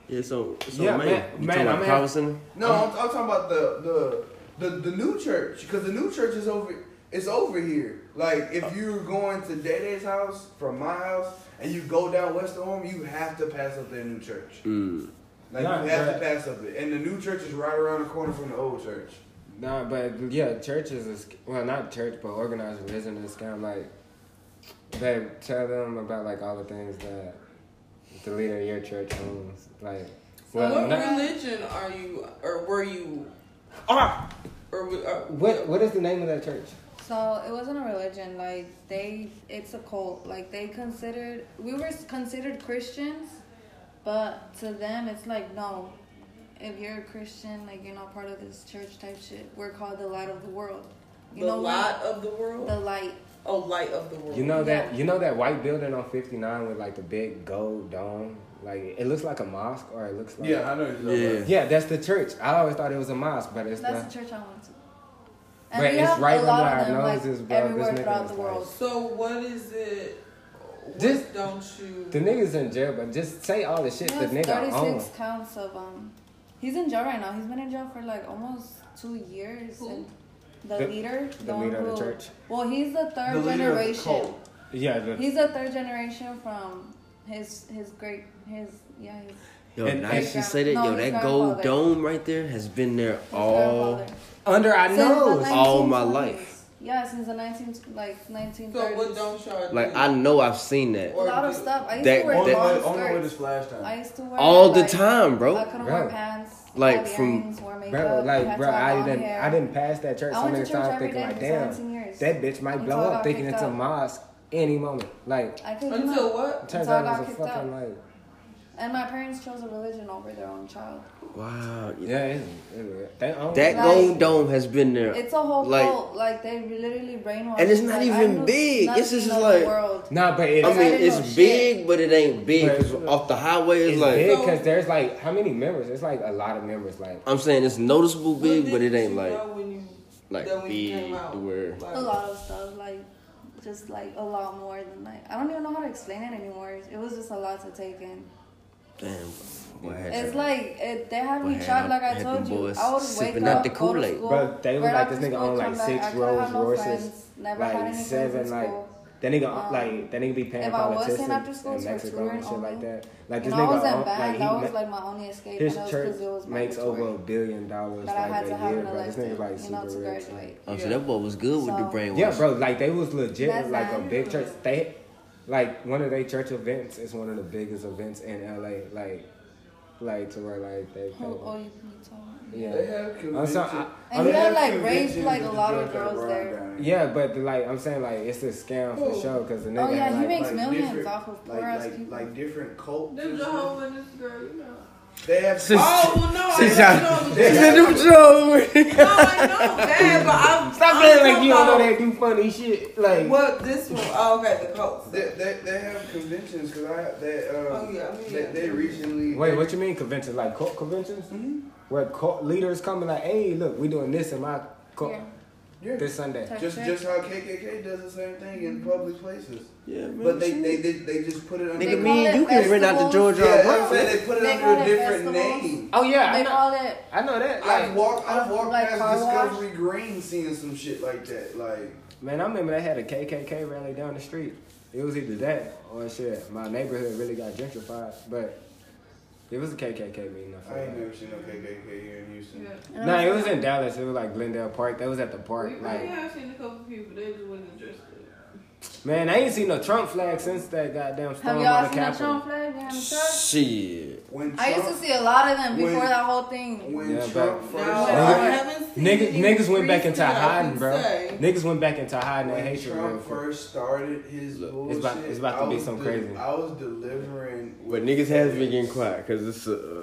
Speaker 2: Yeah, so, so
Speaker 4: Yeah,
Speaker 2: Main.
Speaker 4: man-
Speaker 2: you
Speaker 4: man,
Speaker 2: talking about
Speaker 4: I'm
Speaker 2: power
Speaker 4: at-
Speaker 2: center?
Speaker 3: No,
Speaker 7: Um,
Speaker 3: I'm, I'm talking about the the the, the new church because the new church is over. It's over here. Like
Speaker 7: Oh.
Speaker 3: if you're going to Dede's house from my house and you go down West Orm, you have to pass up their new church.
Speaker 7: Mm.
Speaker 3: Like
Speaker 4: Nah,
Speaker 3: you have to
Speaker 4: but-
Speaker 3: pass up it, and the new church is right around the corner from the old church.
Speaker 4: Nah, but yeah, churches is well, not church, but organized religion is kind of like, babe, tell them about like all the things that the leader of your church owns, like. Well,
Speaker 6: what
Speaker 4: not-
Speaker 6: religion are you or were you? Or, uh, we- or
Speaker 4: what what is the name of that church?
Speaker 7: So it wasn't a religion. Like they, it's a cult. Like they considered, we were considered Christians, but to them, it's like no. If you're a Christian, like you're not part of this church type shit. We're called the light of the world. You
Speaker 6: the
Speaker 7: know
Speaker 6: light
Speaker 7: what?
Speaker 6: of the world?
Speaker 7: The light.
Speaker 6: oh, light of the world.
Speaker 4: You know that you know that white building on fifty nine with like the big gold dome, like it looks like a mosque or it looks like
Speaker 3: I know. You're
Speaker 2: talking about.
Speaker 4: yeah that's the church. I always thought it was a mosque, but it's
Speaker 7: That's
Speaker 4: not.
Speaker 7: the church I went to.
Speaker 4: But it's right
Speaker 7: a
Speaker 4: under
Speaker 7: lot
Speaker 4: our
Speaker 7: of them, like,
Speaker 4: noses, bro. This
Speaker 7: everywhere
Speaker 4: nigga
Speaker 7: throughout
Speaker 4: is
Speaker 7: the
Speaker 4: like-
Speaker 7: world.
Speaker 6: So what is it? What
Speaker 4: Just-
Speaker 6: don't you?
Speaker 4: The niggas in jail, but just say all the shit
Speaker 7: He
Speaker 4: the
Speaker 7: has
Speaker 4: nigga
Speaker 7: 36
Speaker 4: owns.
Speaker 7: counts of um. He's in jail right now. He's been in jail for like almost two years.
Speaker 6: Who?
Speaker 7: And the,
Speaker 4: The-
Speaker 7: leader,
Speaker 4: the
Speaker 7: one
Speaker 4: leader of the
Speaker 7: who-
Speaker 4: church.
Speaker 7: Well, he's the third
Speaker 3: The leader of the
Speaker 7: generation.
Speaker 3: cult.
Speaker 8: Yeah, the,
Speaker 7: He's a third generation from his his great his yeah his
Speaker 2: Yo,
Speaker 8: And-
Speaker 2: now she
Speaker 7: and-
Speaker 2: said it.
Speaker 7: No,
Speaker 2: Yo,
Speaker 7: his
Speaker 2: that
Speaker 7: grandfather.
Speaker 2: gold dome right there has been there
Speaker 7: his
Speaker 4: Oh,
Speaker 2: all.
Speaker 7: grandfather.
Speaker 3: Under our
Speaker 7: Since the
Speaker 3: nose.
Speaker 2: All my
Speaker 7: 1920s.
Speaker 2: life.
Speaker 7: Yeah, since the nineteen like nineteen
Speaker 6: So what
Speaker 7: thirties.
Speaker 6: don't y'all
Speaker 2: Like
Speaker 6: do?
Speaker 2: I know I've seen that
Speaker 7: a lot of stuff. I used to
Speaker 2: That-
Speaker 3: On
Speaker 7: wear
Speaker 3: my
Speaker 7: long
Speaker 3: way- on my way to
Speaker 7: skirts.
Speaker 3: splash
Speaker 7: I
Speaker 3: time.
Speaker 7: used to wear
Speaker 2: all the
Speaker 7: like,
Speaker 2: time,
Speaker 7: I
Speaker 2: bro.
Speaker 7: couldn't
Speaker 4: Bro.
Speaker 7: wear pants.
Speaker 2: Like,
Speaker 7: all the
Speaker 2: from-
Speaker 7: earrings, wore makeup,
Speaker 4: Bro,
Speaker 7: had
Speaker 4: like,
Speaker 7: to
Speaker 4: bro,
Speaker 7: have
Speaker 4: I
Speaker 7: long
Speaker 4: didn't,
Speaker 7: hair.
Speaker 4: I didn't pass that church
Speaker 7: I
Speaker 4: so
Speaker 7: went
Speaker 4: many
Speaker 7: to church
Speaker 4: times,
Speaker 7: every
Speaker 4: thinking
Speaker 7: day
Speaker 4: like,
Speaker 7: for
Speaker 4: damn,
Speaker 7: 17 years.
Speaker 4: that bitch might
Speaker 7: Until
Speaker 4: blow
Speaker 7: I
Speaker 4: up,
Speaker 7: got
Speaker 4: thinking
Speaker 7: kicked
Speaker 4: it's a
Speaker 7: out.
Speaker 4: mosque any moment. Like,
Speaker 7: I couldn't do
Speaker 6: Until
Speaker 7: it.
Speaker 6: what?
Speaker 4: turns
Speaker 7: Until I
Speaker 4: out it
Speaker 7: got
Speaker 4: was a
Speaker 7: kicked
Speaker 4: fucking
Speaker 7: out.
Speaker 4: like,
Speaker 7: And my parents chose a religion over their own child.
Speaker 2: Wow.
Speaker 4: yeah, it's, it's, they own
Speaker 2: That
Speaker 7: Like-
Speaker 2: gold dome has been there.
Speaker 7: It's a whole
Speaker 2: Like-
Speaker 7: cult. Like they literally brainwashed.
Speaker 2: And it's
Speaker 7: me.
Speaker 2: not
Speaker 7: Like, I
Speaker 2: even
Speaker 7: knew
Speaker 2: big.
Speaker 7: nothing
Speaker 2: It's just
Speaker 7: of the
Speaker 2: like-
Speaker 7: world.
Speaker 4: No, but it's,
Speaker 2: I mean,
Speaker 7: Like,
Speaker 2: it's
Speaker 7: no shit.
Speaker 2: big, but it ain't big.
Speaker 4: But-
Speaker 2: 'cause off the highway, it's,
Speaker 4: it's
Speaker 2: like
Speaker 4: big
Speaker 6: So-
Speaker 4: because there's like how many members? It's like a lot of members. Like
Speaker 2: I'm saying, it's noticeable
Speaker 6: What
Speaker 2: big,
Speaker 6: did
Speaker 2: but it
Speaker 6: you
Speaker 2: ain't like
Speaker 6: know when you-
Speaker 2: like
Speaker 6: that when you
Speaker 2: big
Speaker 6: came out?
Speaker 2: to where.
Speaker 6: Like,
Speaker 7: A lot of stuff. Like just like a lot more than like I don't even know how to explain it anymore. It was just a lot to take in.
Speaker 2: Damn. What had
Speaker 7: It's
Speaker 2: you-
Speaker 7: like it, they had
Speaker 2: what
Speaker 7: me
Speaker 2: had
Speaker 7: trapped.
Speaker 2: them-
Speaker 7: Like I
Speaker 2: had
Speaker 7: told
Speaker 2: them
Speaker 7: you,
Speaker 2: boys
Speaker 7: I would wake
Speaker 2: sipping out
Speaker 7: up,
Speaker 2: the
Speaker 7: go to
Speaker 2: Kool-Aid.
Speaker 7: school.
Speaker 4: Bro, they was like,
Speaker 7: right after
Speaker 4: this nigga
Speaker 7: school,
Speaker 4: owned, like,
Speaker 7: come back.
Speaker 4: six
Speaker 7: I couldn't have
Speaker 4: Rolls Royces,
Speaker 7: friends, never had
Speaker 4: like
Speaker 7: any
Speaker 4: seven,
Speaker 7: friends in
Speaker 4: like
Speaker 7: school.
Speaker 4: that nigga,
Speaker 7: Um,
Speaker 4: like that nigga be paying
Speaker 7: if I was in
Speaker 4: politicians
Speaker 7: after school,
Speaker 4: in
Speaker 7: it's for
Speaker 4: Mexico and
Speaker 7: touring
Speaker 4: shit like
Speaker 7: only.
Speaker 4: that. Like
Speaker 7: When
Speaker 4: this
Speaker 7: I
Speaker 4: nigga,
Speaker 7: was in
Speaker 4: own-
Speaker 7: band,
Speaker 4: like, he
Speaker 7: that
Speaker 4: ma-
Speaker 7: was like my only escape.
Speaker 4: his
Speaker 7: and that was
Speaker 4: church
Speaker 7: 'cause it was
Speaker 4: makes
Speaker 7: mandatory.
Speaker 4: over a billion dollars
Speaker 7: But I
Speaker 4: like
Speaker 7: had
Speaker 4: a
Speaker 7: to have
Speaker 4: year,
Speaker 7: an
Speaker 4: bro. This nigga's like
Speaker 7: elective, you know, to
Speaker 4: super rich. like-
Speaker 7: graduate.
Speaker 2: Oh, so that boy was good with the
Speaker 7: So-
Speaker 2: brainwash.
Speaker 4: Yeah, bro, like they was legit
Speaker 7: That's
Speaker 4: like a
Speaker 7: not-
Speaker 4: big church. They like one of their church events is one of the biggest events in LA. Like, like to where like they.
Speaker 7: Who- oh, you- you told me.
Speaker 4: yeah.
Speaker 3: They have
Speaker 4: I'm sorry, Uh, I-
Speaker 3: conventions.
Speaker 7: And
Speaker 4: I'm-
Speaker 7: he had like
Speaker 3: Conventions
Speaker 7: raped like a
Speaker 3: that
Speaker 7: lot
Speaker 3: the
Speaker 7: of
Speaker 3: drugs are
Speaker 7: girls
Speaker 3: brought
Speaker 7: there.
Speaker 3: down.
Speaker 4: Yeah, but like I'm saying, like it's a scam for
Speaker 6: Oh.
Speaker 4: sure because the nigga.
Speaker 7: Oh yeah,
Speaker 4: had,
Speaker 7: he
Speaker 4: like,
Speaker 7: makes
Speaker 3: like
Speaker 7: millions
Speaker 3: different-
Speaker 7: off of poor
Speaker 3: Like,
Speaker 7: ass
Speaker 3: like,
Speaker 7: people.
Speaker 3: like different cults.
Speaker 5: Them
Speaker 3: and stuff.
Speaker 5: Jehovah and this girl, you know.
Speaker 3: They have
Speaker 6: Oh well, no, I
Speaker 2: Since
Speaker 6: don't
Speaker 2: I-
Speaker 6: know.
Speaker 2: It's
Speaker 6: that.
Speaker 2: a new joke.
Speaker 6: No, I know that, but I'm
Speaker 4: Stop
Speaker 6: I'm
Speaker 4: playing like you don't know
Speaker 6: talking
Speaker 4: they do funny shit.
Speaker 6: about
Speaker 4: Like
Speaker 6: What this one? Oh, okay, the Colts.
Speaker 3: They, they, they have conventions because I that um,
Speaker 6: Oh, yeah, I mean,
Speaker 3: they,
Speaker 6: yeah.
Speaker 3: they recently
Speaker 4: wait, what you mean conventions? Like cult conventions? Mm-hmm. Where cult leaders come and like, hey, look, we doing this in my cult
Speaker 7: Yeah.
Speaker 3: Yeah.
Speaker 4: this Sunday.
Speaker 7: Type
Speaker 3: just
Speaker 7: shit.
Speaker 3: just how KKK does the same thing in public places,
Speaker 2: Yeah, man.
Speaker 3: but they they, they they just put it under
Speaker 2: nigga,
Speaker 7: call
Speaker 2: me
Speaker 7: it
Speaker 2: and you can rent out the
Speaker 7: festivals.
Speaker 2: Georgia
Speaker 3: yeah,
Speaker 2: Brown.
Speaker 3: I'm saying they put it
Speaker 7: They
Speaker 3: under
Speaker 7: call
Speaker 3: a
Speaker 7: it
Speaker 3: different
Speaker 7: festivals.
Speaker 3: name.
Speaker 4: Oh yeah, I
Speaker 7: They
Speaker 4: know,
Speaker 7: call it
Speaker 4: I know that.
Speaker 3: I've
Speaker 4: Like,
Speaker 3: walked I've walked
Speaker 7: Like car
Speaker 3: past
Speaker 7: wash?
Speaker 3: Discovery Green seeing some shit like that like.
Speaker 4: man, I remember they had a KKK rally down the street. It was either that or shit. My neighborhood really got gentrified, but it was a KKK meeting. I feel
Speaker 3: I ain't
Speaker 4: like.
Speaker 3: never seen no KKK here in Houston.
Speaker 5: Yeah.
Speaker 7: And
Speaker 4: Nah,
Speaker 7: I'm
Speaker 4: it was
Speaker 7: like,
Speaker 4: in Dallas. It was like Glendale Park. That was at the park.
Speaker 5: We probably
Speaker 4: Like,
Speaker 5: have seen a couple people, they just wasn't interested.
Speaker 4: man, I ain't seen no Trump flag since that goddamn
Speaker 7: Have
Speaker 4: storm on
Speaker 7: y'all
Speaker 4: the
Speaker 7: seen that Trump
Speaker 4: Capitol.
Speaker 7: flag behind the church?
Speaker 2: Shit.
Speaker 3: When Trump,
Speaker 7: I used to see a lot of them before
Speaker 3: When-
Speaker 7: that whole thing.
Speaker 3: when
Speaker 4: Yeah,
Speaker 3: Trump
Speaker 4: back-
Speaker 6: No,
Speaker 3: first
Speaker 6: I
Speaker 4: Nigga-
Speaker 6: haven't seen
Speaker 4: Niggas,
Speaker 6: any
Speaker 4: niggas went back
Speaker 6: free
Speaker 4: into
Speaker 6: shit, I
Speaker 4: hiding,
Speaker 6: can
Speaker 4: bro.
Speaker 6: say.
Speaker 4: Niggas went back into hiding that
Speaker 3: When
Speaker 4: hatred real
Speaker 3: Trump
Speaker 4: quick.
Speaker 3: first started his bullshit,
Speaker 4: it's about- it's about to
Speaker 3: I
Speaker 4: be
Speaker 3: was
Speaker 4: some
Speaker 3: de-
Speaker 4: crazy.
Speaker 3: I was delivering.
Speaker 2: But niggas has been getting quiet because it's a. Uh,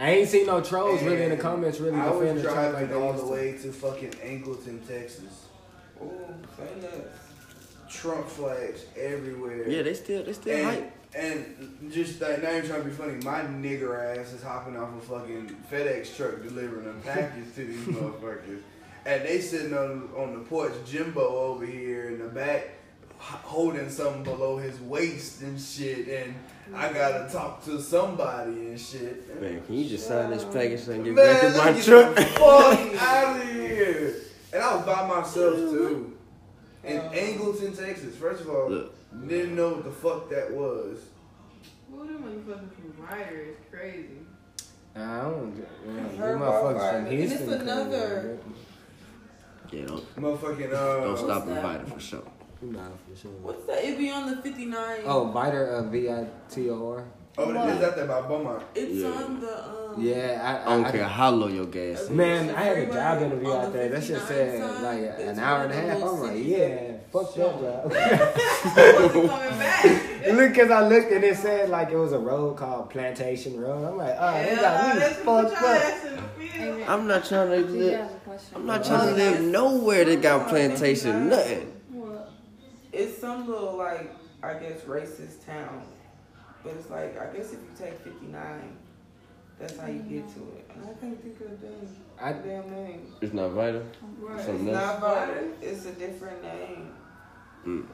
Speaker 4: I ain't seen no trolls really in the
Speaker 3: And
Speaker 4: comments really
Speaker 3: I was
Speaker 4: defending Trump like
Speaker 3: driving
Speaker 4: they
Speaker 3: all
Speaker 4: used
Speaker 3: the
Speaker 4: to.
Speaker 3: way to fucking Angleton, Texas.
Speaker 6: Ooh, say less.
Speaker 3: Trump flags everywhere.
Speaker 2: yeah, they still they still
Speaker 3: And,
Speaker 2: hype.
Speaker 3: and just like not even trying to be funny, my nigger ass is hopping off a fucking FedEx truck delivering a package to these motherfuckers, and they sitting on on the porch, Jimbo over here in the back, h- holding something below his waist and shit, and I gotta talk to somebody and shit.
Speaker 2: Man, can you just sign this package and get
Speaker 3: Man,
Speaker 2: back in
Speaker 3: let
Speaker 2: my
Speaker 3: me
Speaker 2: truck?
Speaker 3: get the fuck out of here. And I was by myself too. In Angleton, Texas. First of all,
Speaker 2: Look.
Speaker 3: didn't know what the fuck that was.
Speaker 5: Who them motherfuckers from Ryder is crazy.
Speaker 4: Nah, I don't. Man, you
Speaker 6: Her
Speaker 4: motherfuckers
Speaker 6: ball
Speaker 4: from
Speaker 6: fight.
Speaker 4: Houston.
Speaker 6: And it's
Speaker 4: come on,
Speaker 6: another-
Speaker 4: bro.
Speaker 2: Yeah, don't,
Speaker 3: Motherfucking
Speaker 2: don't
Speaker 3: uh
Speaker 2: stop inviting for sure.
Speaker 4: Nah, for sure.
Speaker 6: What's that? It be on the 59.
Speaker 4: Oh, Biter of V I T O R.
Speaker 3: Oh, it is out there by Beaumont.
Speaker 6: It's
Speaker 2: Yeah.
Speaker 6: on the. Um,
Speaker 4: Yeah, I,
Speaker 2: I
Speaker 4: I,
Speaker 2: don't
Speaker 4: I
Speaker 2: care how low your gas is.
Speaker 4: Man, I had a job
Speaker 6: Freeway
Speaker 4: interview
Speaker 6: on
Speaker 4: out
Speaker 6: the
Speaker 4: there. That shit
Speaker 6: 59
Speaker 4: said
Speaker 6: side,
Speaker 4: like an
Speaker 6: it's
Speaker 4: hour and a
Speaker 6: one of
Speaker 4: half.
Speaker 6: the
Speaker 4: I'm
Speaker 6: most
Speaker 4: like,
Speaker 6: city
Speaker 4: yeah, fuck that job.
Speaker 5: Wasn't coming back.
Speaker 4: Look, cause I looked and it said like it was a road called Plantation Road. I'm like, oh, they got me
Speaker 5: that's what
Speaker 4: fucked
Speaker 5: y'all
Speaker 4: up.
Speaker 5: ass in the field.
Speaker 7: Amen.
Speaker 2: I'm not trying to
Speaker 7: Do you
Speaker 2: live.
Speaker 7: have a question?
Speaker 2: I'm not trying to live nowhere that got plantation nothing.
Speaker 5: What?
Speaker 6: It's some little, like, I guess, racist town. But it's like, I guess if you take 59, that's how you get to it. And I can't think of the damn,
Speaker 4: I,
Speaker 6: the damn name.
Speaker 2: It's not vital.
Speaker 5: Right.
Speaker 6: It's
Speaker 2: Something
Speaker 6: not
Speaker 2: else.
Speaker 6: Varda. It's a different name.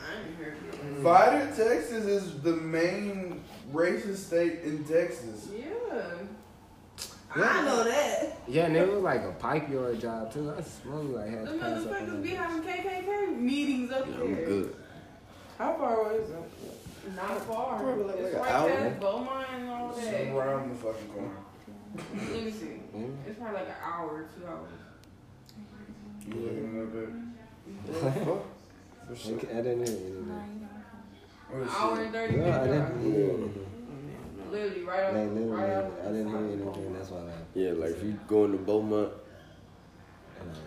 Speaker 5: I ain't heard of it.
Speaker 3: Vider, Texas is the main racist state in Texas.
Speaker 5: Yeah.
Speaker 6: I know that.
Speaker 4: Yeah, and it was like a pipe yard job too. I smoked like had
Speaker 5: The
Speaker 4: to pass up. on
Speaker 5: motherfuckers be
Speaker 4: that.
Speaker 5: having KKK meetings up
Speaker 2: Yeah,
Speaker 5: there.
Speaker 2: I'm good.
Speaker 6: How far away is it?
Speaker 5: Not far.
Speaker 2: Probably like
Speaker 5: it's
Speaker 2: an
Speaker 5: right
Speaker 2: hour.
Speaker 5: past Beaumont and all that.
Speaker 3: Somewhere around the fucking corner.
Speaker 5: Let me see. It's probably like an hour or two hours.
Speaker 3: You looking up at
Speaker 2: For sure.
Speaker 4: Okay, I didn't hear anything.
Speaker 3: What
Speaker 5: An
Speaker 3: is
Speaker 5: hour
Speaker 3: it?
Speaker 5: and 30
Speaker 4: No, I
Speaker 5: minutes.
Speaker 4: didn't hear anything.
Speaker 5: Literally right off.
Speaker 4: Like
Speaker 5: right
Speaker 4: literally,
Speaker 5: off
Speaker 4: I didn't hear anything. That's why I laughed.
Speaker 2: Yeah, like if you going to Beaumont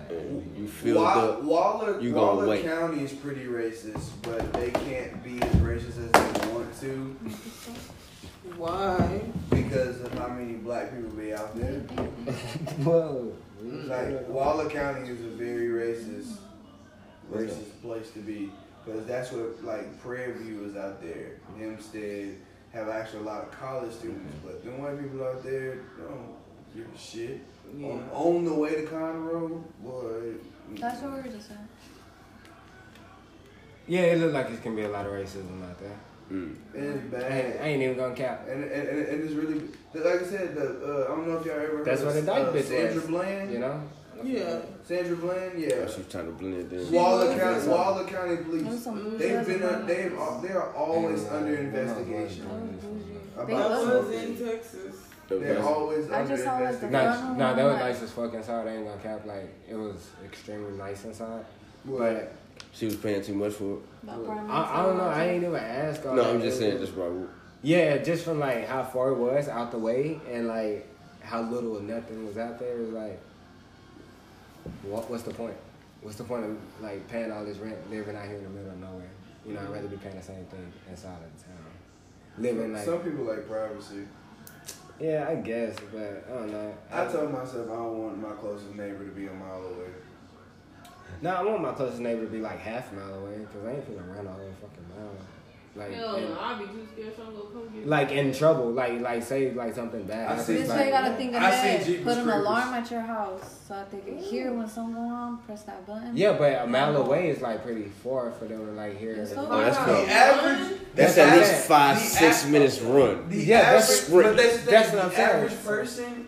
Speaker 2: and you filled
Speaker 3: Wa-
Speaker 2: up.
Speaker 3: Waller,
Speaker 2: you gonna
Speaker 3: Waller
Speaker 2: wait.
Speaker 3: County is pretty racist, but they can't be as racist as they want to
Speaker 6: Why?
Speaker 3: because of how many black people be out there.
Speaker 4: Whoa.
Speaker 3: Like Waller County is a very racist, racist place to be because that's what like Prairie View is out there. Hempstead have actually a lot of college students, but the white people out there don't give a shit.
Speaker 6: Yeah.
Speaker 3: On, on the way to Conroe, boy.
Speaker 7: That's what we were just saying.
Speaker 4: Yeah, it looked like it can be a lot of racism out there.
Speaker 2: Mm.
Speaker 3: It's
Speaker 4: I ain't, I
Speaker 3: bad.
Speaker 4: ain't even gonna cap.
Speaker 3: And, and, and and it's really like I said. The, uh, I don't know if y'all ever heard
Speaker 4: That's
Speaker 3: of,
Speaker 4: what the dyke
Speaker 3: uh,
Speaker 4: bitch
Speaker 3: Sandra
Speaker 4: was,
Speaker 3: Bland.
Speaker 4: You know?
Speaker 6: Yeah.
Speaker 3: Sandra Bland.
Speaker 2: Oh,
Speaker 3: Yeah.
Speaker 2: she's trying to blend in.
Speaker 3: Waller
Speaker 6: was
Speaker 3: County.
Speaker 6: in-
Speaker 3: Waller County
Speaker 7: It was
Speaker 3: Police.
Speaker 7: some-
Speaker 3: They've been. a- They've. al- They are always under investigation.
Speaker 7: They
Speaker 6: I
Speaker 3: About
Speaker 7: love
Speaker 6: was
Speaker 3: something.
Speaker 6: in Texas.
Speaker 3: They're always
Speaker 7: I
Speaker 3: under
Speaker 7: just saw it as the-
Speaker 3: investigation.
Speaker 4: No, no,
Speaker 7: Um,
Speaker 4: that was
Speaker 7: like-
Speaker 4: nice as fuck inside. I ain't gonna cap. Like it was extremely nice inside.
Speaker 3: But
Speaker 2: She was paying too much for it.
Speaker 7: That part makes
Speaker 4: I, I don't know. I
Speaker 7: sense.
Speaker 4: ain't even ask. all
Speaker 2: No,
Speaker 4: that.
Speaker 2: I'm just
Speaker 4: It
Speaker 2: saying,
Speaker 4: was-
Speaker 2: just right.
Speaker 4: Yeah, just from like how far it was out the way and like how little or nothing was out there. It was like, what? What's the point? What's the point of like paying all this rent, living out here in the middle of nowhere? You know, I'd rather be paying the same thing inside of the town, living like.
Speaker 3: some people like privacy.
Speaker 4: yeah, I guess, but I don't know.
Speaker 3: I told myself I don't want my closest neighbor to be a mile away.
Speaker 4: No, I want my closest neighbor to be like half a mile away because I ain't finna run all the fucking mile. Like,
Speaker 5: Hell
Speaker 4: and-
Speaker 5: no, I'd be too scared someone gonna come get me.
Speaker 4: like in trouble. Like, like say like something bad.
Speaker 3: I
Speaker 4: happens,
Speaker 3: see-
Speaker 7: This
Speaker 4: like-
Speaker 7: way you gotta think
Speaker 3: I see
Speaker 7: ahead.
Speaker 3: Jeepers
Speaker 7: Put an
Speaker 3: Creepers.
Speaker 7: alarm at your house so that they can hear when something go on. Press that button.
Speaker 4: Yeah, but a mile away is like pretty far for them to like hear.
Speaker 7: It's so
Speaker 4: it.
Speaker 7: far.
Speaker 2: Oh, that's
Speaker 5: Wow.
Speaker 2: cool.
Speaker 3: The average.
Speaker 2: That's
Speaker 4: Oh, That's
Speaker 2: at
Speaker 4: bad.
Speaker 2: least five,
Speaker 3: The
Speaker 2: six
Speaker 3: act-
Speaker 2: minutes run.
Speaker 3: The
Speaker 4: Yeah,
Speaker 3: average,
Speaker 4: that's-
Speaker 3: but that's, the
Speaker 4: that's
Speaker 3: thing,
Speaker 4: what I'm
Speaker 3: the
Speaker 4: saying.
Speaker 3: average person.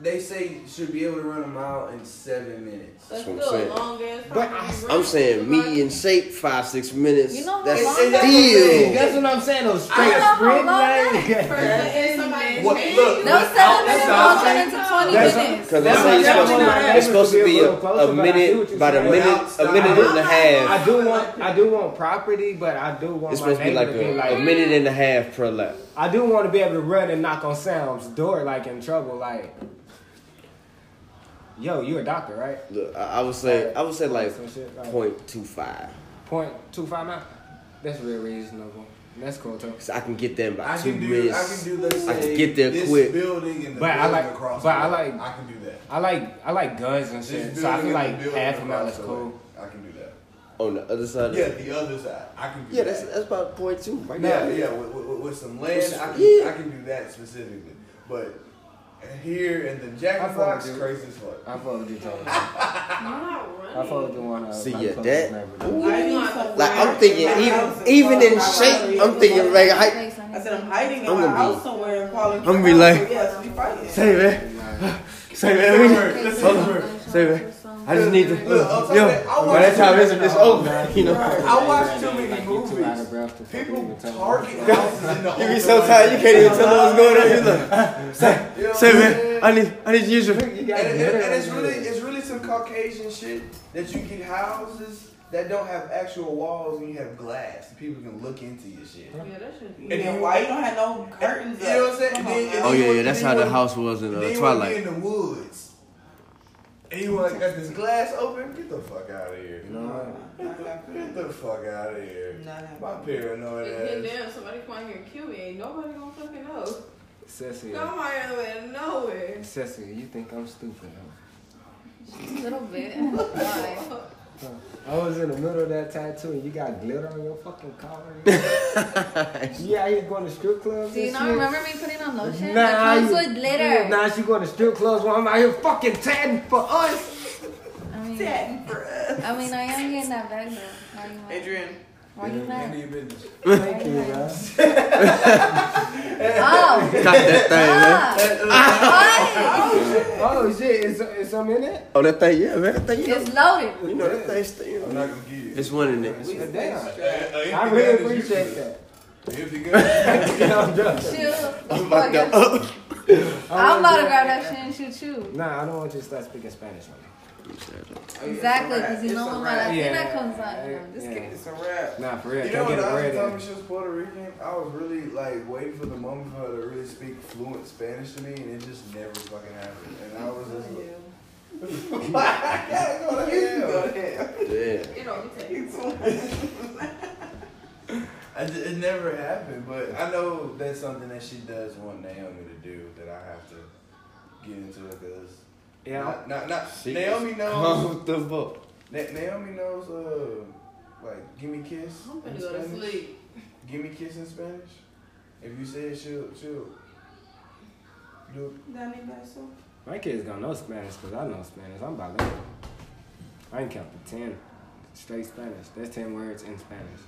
Speaker 3: They say should be able to run a mile in seven minutes.
Speaker 5: That's
Speaker 2: what I'm
Speaker 5: still
Speaker 2: saying.
Speaker 5: a long ass time.
Speaker 4: But
Speaker 5: to be
Speaker 2: I'm
Speaker 5: running.
Speaker 2: saying
Speaker 5: Like,
Speaker 2: me in shape, five, six minutes.
Speaker 7: You know how
Speaker 2: that's
Speaker 7: long
Speaker 2: still.
Speaker 7: that
Speaker 4: Hey, That's what I'm saying. Those straight
Speaker 7: don't know
Speaker 4: sprint
Speaker 7: how
Speaker 4: like.
Speaker 5: Person in somebody's
Speaker 3: What-
Speaker 5: face,
Speaker 3: look,
Speaker 5: you
Speaker 7: Those
Speaker 5: know,
Speaker 7: seven
Speaker 4: that's
Speaker 7: minutes
Speaker 4: all I'm
Speaker 7: goes
Speaker 4: saying.
Speaker 7: into twenty
Speaker 4: That's-
Speaker 7: minutes.
Speaker 2: Because
Speaker 4: That's
Speaker 2: that's how you're
Speaker 4: definitely
Speaker 2: supposed
Speaker 4: not
Speaker 2: to. It's supposed to
Speaker 4: average.
Speaker 2: be a,
Speaker 4: It's supposed to be a
Speaker 2: a
Speaker 4: little
Speaker 2: minute,
Speaker 4: closer,
Speaker 2: about a
Speaker 4: but I see what you're
Speaker 2: minute,
Speaker 3: saying.
Speaker 2: a minute and a half.
Speaker 4: I do want, I do want property, but I do want
Speaker 2: It's
Speaker 4: my
Speaker 2: supposed to be
Speaker 4: neighbor to
Speaker 2: like
Speaker 4: be
Speaker 2: a,
Speaker 4: like.
Speaker 2: a minute and a half per lap.
Speaker 4: I do want to be able to run and knock on Sam's door like in trouble, like. Yo, you a doctor, right?
Speaker 2: Look, I, I would say, I would say like
Speaker 4: Some shit, like-
Speaker 2: point two five.
Speaker 4: Point two five miles. That's real reasonable. That's cool too.
Speaker 2: Cause I can get there in
Speaker 3: I
Speaker 2: about two
Speaker 3: can do. I can
Speaker 2: minutes.
Speaker 3: do. Let's
Speaker 2: I can
Speaker 3: say
Speaker 2: get there
Speaker 3: this
Speaker 2: quick.
Speaker 3: building and the
Speaker 4: But I
Speaker 3: building
Speaker 4: like-
Speaker 3: across.
Speaker 4: but I
Speaker 3: the way.
Speaker 4: like-
Speaker 3: I can do that.
Speaker 4: I like I like guns and shit,
Speaker 3: This
Speaker 4: so I
Speaker 3: building
Speaker 4: feel
Speaker 3: and
Speaker 4: like
Speaker 3: the building
Speaker 4: half a mile
Speaker 3: across
Speaker 4: is
Speaker 3: the way.
Speaker 4: cool.
Speaker 3: I can do that.
Speaker 2: On the other side. Of
Speaker 3: Yeah, the other side. I can do
Speaker 2: yeah,
Speaker 3: that.
Speaker 2: that's that's about point two right
Speaker 3: yeah,
Speaker 2: now.
Speaker 3: yeah. With, with, with some land, I can
Speaker 2: Yeah.
Speaker 3: I can do that specifically. But here in the
Speaker 4: I
Speaker 3: Jack
Speaker 4: fuck
Speaker 3: Box,
Speaker 4: with you.
Speaker 3: crazy as fuck.
Speaker 4: I followed you, Tony.
Speaker 5: I'm not running.
Speaker 4: I followed you on. Uh,
Speaker 2: See,
Speaker 4: my
Speaker 2: yeah,
Speaker 4: closest
Speaker 2: that-
Speaker 4: neighborhood.
Speaker 6: I need somewhere
Speaker 2: Like I'm
Speaker 6: in
Speaker 2: thinking,
Speaker 6: my house
Speaker 2: even
Speaker 6: and
Speaker 2: even in
Speaker 6: fall
Speaker 2: shape,
Speaker 6: out.
Speaker 2: I'm thinking like, I,
Speaker 6: I said I'm hiding in
Speaker 2: I'm
Speaker 6: my
Speaker 2: gonna be-
Speaker 6: house somewhere and calling. I'm
Speaker 2: gonna be like-
Speaker 6: yeah, so we fighting.
Speaker 2: say man, say man. I just need to.
Speaker 3: Look, I'm talking about- I
Speaker 2: by that
Speaker 3: watched too
Speaker 2: time
Speaker 3: many-
Speaker 2: it's, it's over, you know.
Speaker 3: I watch too
Speaker 4: Like,
Speaker 3: many
Speaker 4: you too out of
Speaker 3: movies.
Speaker 4: breath to fucking
Speaker 3: People
Speaker 4: even tell me.
Speaker 3: target houses in the
Speaker 2: You be
Speaker 3: open
Speaker 2: so
Speaker 3: like
Speaker 2: tired, you
Speaker 3: that.
Speaker 2: can't even tell what's going on. You're like,
Speaker 3: You know what
Speaker 2: say
Speaker 3: I'm
Speaker 2: man,
Speaker 3: saying?
Speaker 2: I need, I need to use your.
Speaker 4: You got
Speaker 3: And,
Speaker 4: better
Speaker 3: and, and it's
Speaker 4: than
Speaker 3: really,
Speaker 4: me.
Speaker 3: it's really some Caucasian shit that you get houses that don't have actual walls and you have glass. People can look into your shit.
Speaker 5: Yeah, that should be.
Speaker 3: And
Speaker 6: Yeah,
Speaker 3: you-
Speaker 6: why you don't have no curtains?
Speaker 3: You know what I'm
Speaker 6: up?
Speaker 3: saying? And
Speaker 6: Come
Speaker 3: then-
Speaker 6: on,
Speaker 3: and
Speaker 6: now.
Speaker 2: Oh
Speaker 3: then
Speaker 2: yeah,
Speaker 3: you
Speaker 2: yeah,
Speaker 3: want-
Speaker 2: that's
Speaker 3: then
Speaker 2: how
Speaker 3: you
Speaker 2: the
Speaker 3: want-
Speaker 2: house was in
Speaker 3: And
Speaker 2: uh,
Speaker 3: then you want to be
Speaker 2: Twilight.
Speaker 3: in the woods. And you want to got this glass open? Get the fuck out of here.
Speaker 4: You know what?
Speaker 3: Get the fuck out of here.
Speaker 6: Not happening.
Speaker 3: My paranoid
Speaker 5: Then
Speaker 3: ass.
Speaker 5: damn, somebody come out here and kill me. Ain't nobody gonna fucking know.
Speaker 4: Cecily,
Speaker 5: Come out here out of nowhere.
Speaker 4: Cecily, you think I'm stupid? Huh?
Speaker 7: Little bit. Why?
Speaker 4: I was in the middle of that tattoo and you got glitter on your fucking collar. yeah, you going to strip clubs.
Speaker 7: Do you
Speaker 4: and
Speaker 7: not
Speaker 4: shit?
Speaker 7: remember me putting on lotion?
Speaker 4: Nah,
Speaker 7: that comes
Speaker 4: you-
Speaker 7: with glitter.
Speaker 4: Nah, she going to strip clubs while I'm out here fucking tatting for us.
Speaker 7: I mean,
Speaker 6: Satin for us.
Speaker 7: I mean, I am getting that bag though. Why you mad?
Speaker 6: Adrian, Oh,
Speaker 7: Why you mad?
Speaker 3: Your business.
Speaker 4: Thank you, man.
Speaker 7: Oh, Stop.
Speaker 2: Cock that thing, man.
Speaker 7: Stop. What?
Speaker 4: Oh shit, is is some in it?
Speaker 2: Oh, that thing, yeah, man. That thing, you know,
Speaker 7: It's loaded.
Speaker 2: you know that thing, stay, you
Speaker 3: I'm
Speaker 2: know.
Speaker 3: not gonna get it.
Speaker 9: It's one in it.
Speaker 4: Well, Damn,
Speaker 3: Uh,
Speaker 4: I really appreciate that.
Speaker 3: If you got
Speaker 7: Shoot.
Speaker 2: I'm about to up.
Speaker 7: I'm about to grab that shit and shoot you.
Speaker 4: Nah, I don't want you to start speaking Spanish on me.
Speaker 7: Exactly, because you know
Speaker 6: It's a
Speaker 7: when my
Speaker 6: wrap.
Speaker 7: Latina
Speaker 4: Yeah.
Speaker 7: comes out, you know, this
Speaker 4: Yeah.
Speaker 7: kid.
Speaker 6: It's a wrap.
Speaker 4: Nah, for real,
Speaker 3: You know
Speaker 4: can't
Speaker 3: what?
Speaker 4: get
Speaker 3: I
Speaker 4: a
Speaker 3: was
Speaker 4: word
Speaker 3: talking
Speaker 4: in.
Speaker 3: she was Puerto Rican. I was really like waiting for the moment for her to really speak fluent Spanish to me, and it just never fucking happened. And I was just like, I gotta
Speaker 6: You can
Speaker 3: go
Speaker 6: go
Speaker 3: to hell.
Speaker 6: to hell.
Speaker 9: Yeah.
Speaker 5: You know, we take-
Speaker 6: You too.
Speaker 3: I ju- it never happened, but I know that's something that she does want Naomi to do that I have to get into it because.
Speaker 4: Yeah,
Speaker 3: Not, not, not-
Speaker 9: She
Speaker 3: Naomi knows.
Speaker 9: Comfortable.
Speaker 3: Na- Naomi knows. Uh, like, give me kiss.
Speaker 5: I'm
Speaker 3: in
Speaker 5: finna go to
Speaker 3: Spanish.
Speaker 5: sleep.
Speaker 3: Give me kiss in Spanish. If you say it, she'll she'll do.
Speaker 6: Dani Basso.
Speaker 4: my kids gonna know Spanish because I know Spanish. I'm bilingual. I can count to ten, straight Spanish. That's ten words in Spanish.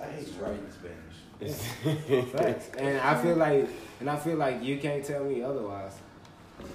Speaker 3: I hate writing Spanish.
Speaker 4: Facts. And I feel like, and I feel like you can't tell me otherwise.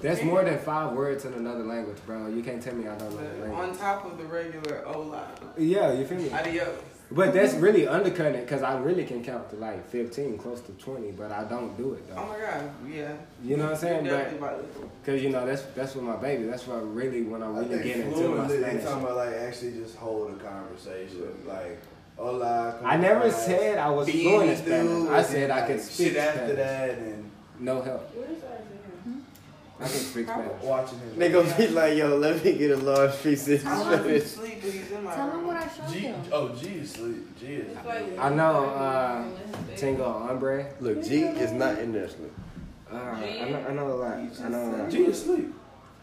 Speaker 4: That's more than five words in another language, bro. You can't tell me I don't know the language.
Speaker 6: On top of the regular Ola.
Speaker 4: Yeah, you feel me?
Speaker 6: Adios.
Speaker 4: But that's really undercutting because I really can count to like 15, close to 20, but I don't do it
Speaker 6: Oh
Speaker 4: though.
Speaker 6: my god. Yeah.
Speaker 4: You know what I'm saying?
Speaker 6: Definitely
Speaker 4: But
Speaker 6: bilingual.
Speaker 4: because you know that's that's what my baby. That's what I really when I
Speaker 3: I
Speaker 4: really get
Speaker 3: think
Speaker 4: into my
Speaker 3: fluently they
Speaker 4: Spanish.
Speaker 3: talking about like actually just hold a conversation like hola. ¿cómo
Speaker 4: I never
Speaker 3: estás?
Speaker 4: said I was
Speaker 3: Beanie
Speaker 4: fluent in
Speaker 3: dude,
Speaker 4: Spanish. I
Speaker 3: and
Speaker 4: said
Speaker 3: then,
Speaker 4: I could
Speaker 3: like,
Speaker 4: speak
Speaker 3: shit after
Speaker 4: Spanish.
Speaker 3: that and
Speaker 4: No help.
Speaker 5: Where's Isaiah?
Speaker 4: I can speak Spanish.
Speaker 3: watching him.
Speaker 2: They gonna be like, yo, let me get a large piece of
Speaker 6: Tell him to
Speaker 2: Spanish.
Speaker 6: sleep when he's in my
Speaker 7: Tell him
Speaker 6: room.
Speaker 7: what I showed
Speaker 3: G,
Speaker 7: you.
Speaker 3: oh G is sleep. G is.
Speaker 5: It's like
Speaker 4: I know, uh,
Speaker 5: Wednesday.
Speaker 4: Tingo, hombre.
Speaker 2: Look, G is not in there sleep.
Speaker 4: Uh, I, know, I know a lot. I know a lot.
Speaker 3: G is sleep.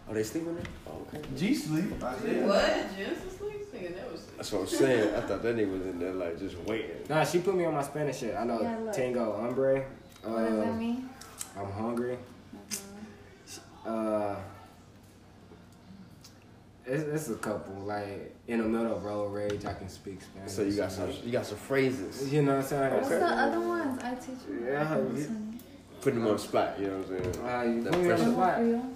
Speaker 2: Are they sleeping there? Oh, okay.
Speaker 3: G sleep. I said.
Speaker 5: What? Jen's asleep? Nigga, never sleep.
Speaker 2: That's what I'm saying. I thought that nigga was in there like just waiting.
Speaker 4: Nah, she put me on my Spanish shit. I know
Speaker 7: Yeah, look.
Speaker 4: Tango Hombre.
Speaker 7: What does that
Speaker 4: Uh,
Speaker 7: mean?
Speaker 4: I'm hungry.
Speaker 7: Mm-hmm.
Speaker 4: Uh, it's, it's a couple. Like, in the middle of road rage, I can speak Spanish.
Speaker 2: So you got some, you got some phrases.
Speaker 4: You know what I'm saying? I got
Speaker 7: What's the other ones? I teach you.
Speaker 4: Yeah,
Speaker 7: I
Speaker 4: you-
Speaker 7: listen.
Speaker 2: Putting them on the spot. You know what I'm saying?
Speaker 4: Uh, you
Speaker 2: That
Speaker 4: put me on the
Speaker 2: pressure.
Speaker 4: spot.
Speaker 7: Real?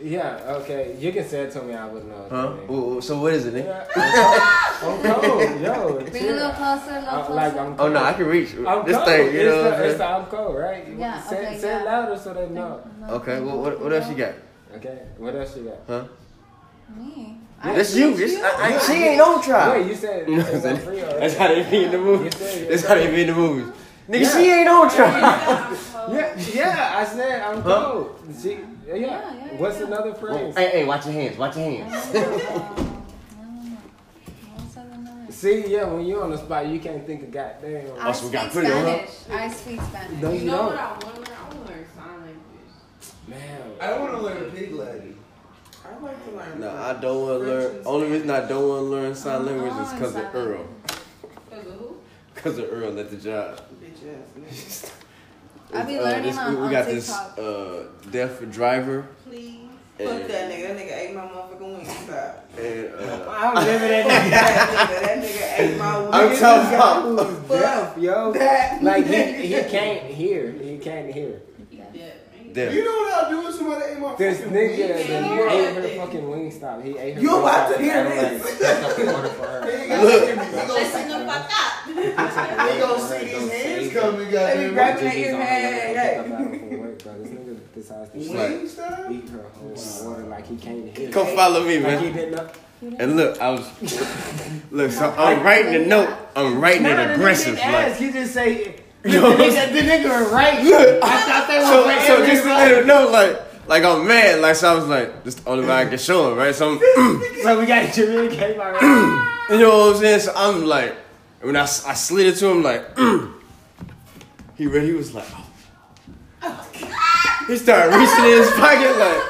Speaker 4: Yeah, okay. You can say it to me. I wouldn't know.
Speaker 2: Huh?
Speaker 4: it.
Speaker 2: Ooh, ooh, so what is it? Nigga?
Speaker 4: Yeah. I'm cold. Yo,
Speaker 7: Bring it a little
Speaker 4: chill.
Speaker 7: closer, a little
Speaker 4: I,
Speaker 7: closer.
Speaker 4: Uh, like, I'm cold.
Speaker 2: Oh no, I can reach
Speaker 4: I'm
Speaker 2: this
Speaker 4: cold.
Speaker 2: thing. You
Speaker 4: it's
Speaker 2: know
Speaker 4: the,
Speaker 2: what I'm
Speaker 4: it's
Speaker 2: saying?
Speaker 4: the I'm cold, right?
Speaker 7: Yeah,
Speaker 4: Say,
Speaker 7: okay,
Speaker 4: say it
Speaker 7: yeah.
Speaker 4: louder so they know.
Speaker 7: No,
Speaker 2: Okay.
Speaker 7: no,
Speaker 2: Well,
Speaker 7: no,
Speaker 2: what, what else
Speaker 7: no.
Speaker 2: you got?
Speaker 4: Okay, what else you got?
Speaker 2: Huh?
Speaker 7: Me. I
Speaker 2: That's
Speaker 7: teach
Speaker 2: you. It's, I, I, she ain't on trial.
Speaker 4: Wait, you said
Speaker 2: You know what I'm
Speaker 4: it's on free
Speaker 2: saying?
Speaker 4: already.
Speaker 2: Ah. That's how they be in the
Speaker 4: You
Speaker 2: movies.
Speaker 4: said you're
Speaker 2: That's how they
Speaker 4: cold.
Speaker 2: be in the movies. Nigga, she ain't on trial.
Speaker 4: Yeah, yeah, I said I'm
Speaker 2: Huh? Oh,
Speaker 4: cold. See, yeah.
Speaker 7: Yeah, yeah,
Speaker 4: What's
Speaker 7: yeah.
Speaker 4: another phrase?
Speaker 2: Hey, hey, watch your hands. Watch your hands.
Speaker 7: I don't know. I don't know. What's the other one?
Speaker 4: See, yeah, when you're on the spot, you can't think of goddamn.
Speaker 7: I
Speaker 2: Also, we
Speaker 7: speak
Speaker 2: got video, huh?
Speaker 7: Spanish. I speak Spanish.
Speaker 4: No,
Speaker 5: You
Speaker 4: you
Speaker 5: know what
Speaker 4: don't.
Speaker 5: I want to learn? I want to learn sign language.
Speaker 4: Man,
Speaker 3: I want to learn pig Latin.
Speaker 6: I like to learn.
Speaker 2: No,
Speaker 6: about
Speaker 2: I don't want to
Speaker 6: French
Speaker 2: learn.
Speaker 6: and
Speaker 2: Only reason
Speaker 6: Spanish.
Speaker 2: I don't want to learn sign
Speaker 7: Oh,
Speaker 2: language is because
Speaker 7: sign
Speaker 2: of Earl.
Speaker 5: Cause of who?
Speaker 2: Because of Earl at the job.
Speaker 6: Bitch ass
Speaker 7: I be
Speaker 2: Uh,
Speaker 7: learning
Speaker 2: this-
Speaker 7: on-
Speaker 2: we,
Speaker 7: on
Speaker 2: got
Speaker 7: TikTok.
Speaker 2: this uh, deaf driver.
Speaker 5: Please.
Speaker 6: nigga.
Speaker 2: And,
Speaker 6: Fuck that nigga. That nigga ate my motherfucking wings. Stop.
Speaker 2: and, uh,
Speaker 4: I'm living that
Speaker 6: that nigga. That nigga ate my wings.
Speaker 2: I'm talking
Speaker 4: guy
Speaker 2: about.
Speaker 4: who's deaf, yo.
Speaker 6: that.
Speaker 4: Like he, he can't hear. He can't hear.
Speaker 5: Yeah.
Speaker 3: You
Speaker 2: Deaf.
Speaker 3: know what I'll do if somebody ate my
Speaker 4: This
Speaker 3: fucking
Speaker 4: nigga
Speaker 3: wings?
Speaker 4: that ate her fucking wing stop. He ate her.
Speaker 6: You about
Speaker 4: Wingstop.
Speaker 6: to hear
Speaker 4: I'm like, that's a order for her.
Speaker 3: They ain't gotta look at me.
Speaker 5: Listen the fuck up.
Speaker 3: They gonna see these hands coming.
Speaker 6: They be grabbing
Speaker 3: Goddamn.
Speaker 6: at your
Speaker 4: Hey,
Speaker 6: head.
Speaker 4: This nigga decides to
Speaker 2: Right.
Speaker 3: Wings time.
Speaker 4: eat her whole order like he can't hear.
Speaker 2: Come follow me,
Speaker 4: Like he
Speaker 2: man.
Speaker 4: didn't know.
Speaker 2: And look, I was look. So I'm writing a note. I'm writing it aggressive. Like,
Speaker 4: He just say,
Speaker 2: You know what I'm saying?
Speaker 4: the nigga right.
Speaker 2: Look,
Speaker 4: I thought they
Speaker 2: so, so just to let him know, like, like I'm mad. Like, so I was like, this the only way I can show him, right? So I'm,
Speaker 4: So we got to communicate my right.
Speaker 2: you know what I'm saying? So I'm like, when I, s- I slid it to him, like, he read, he was like, oh. he started reaching in his pocket, like,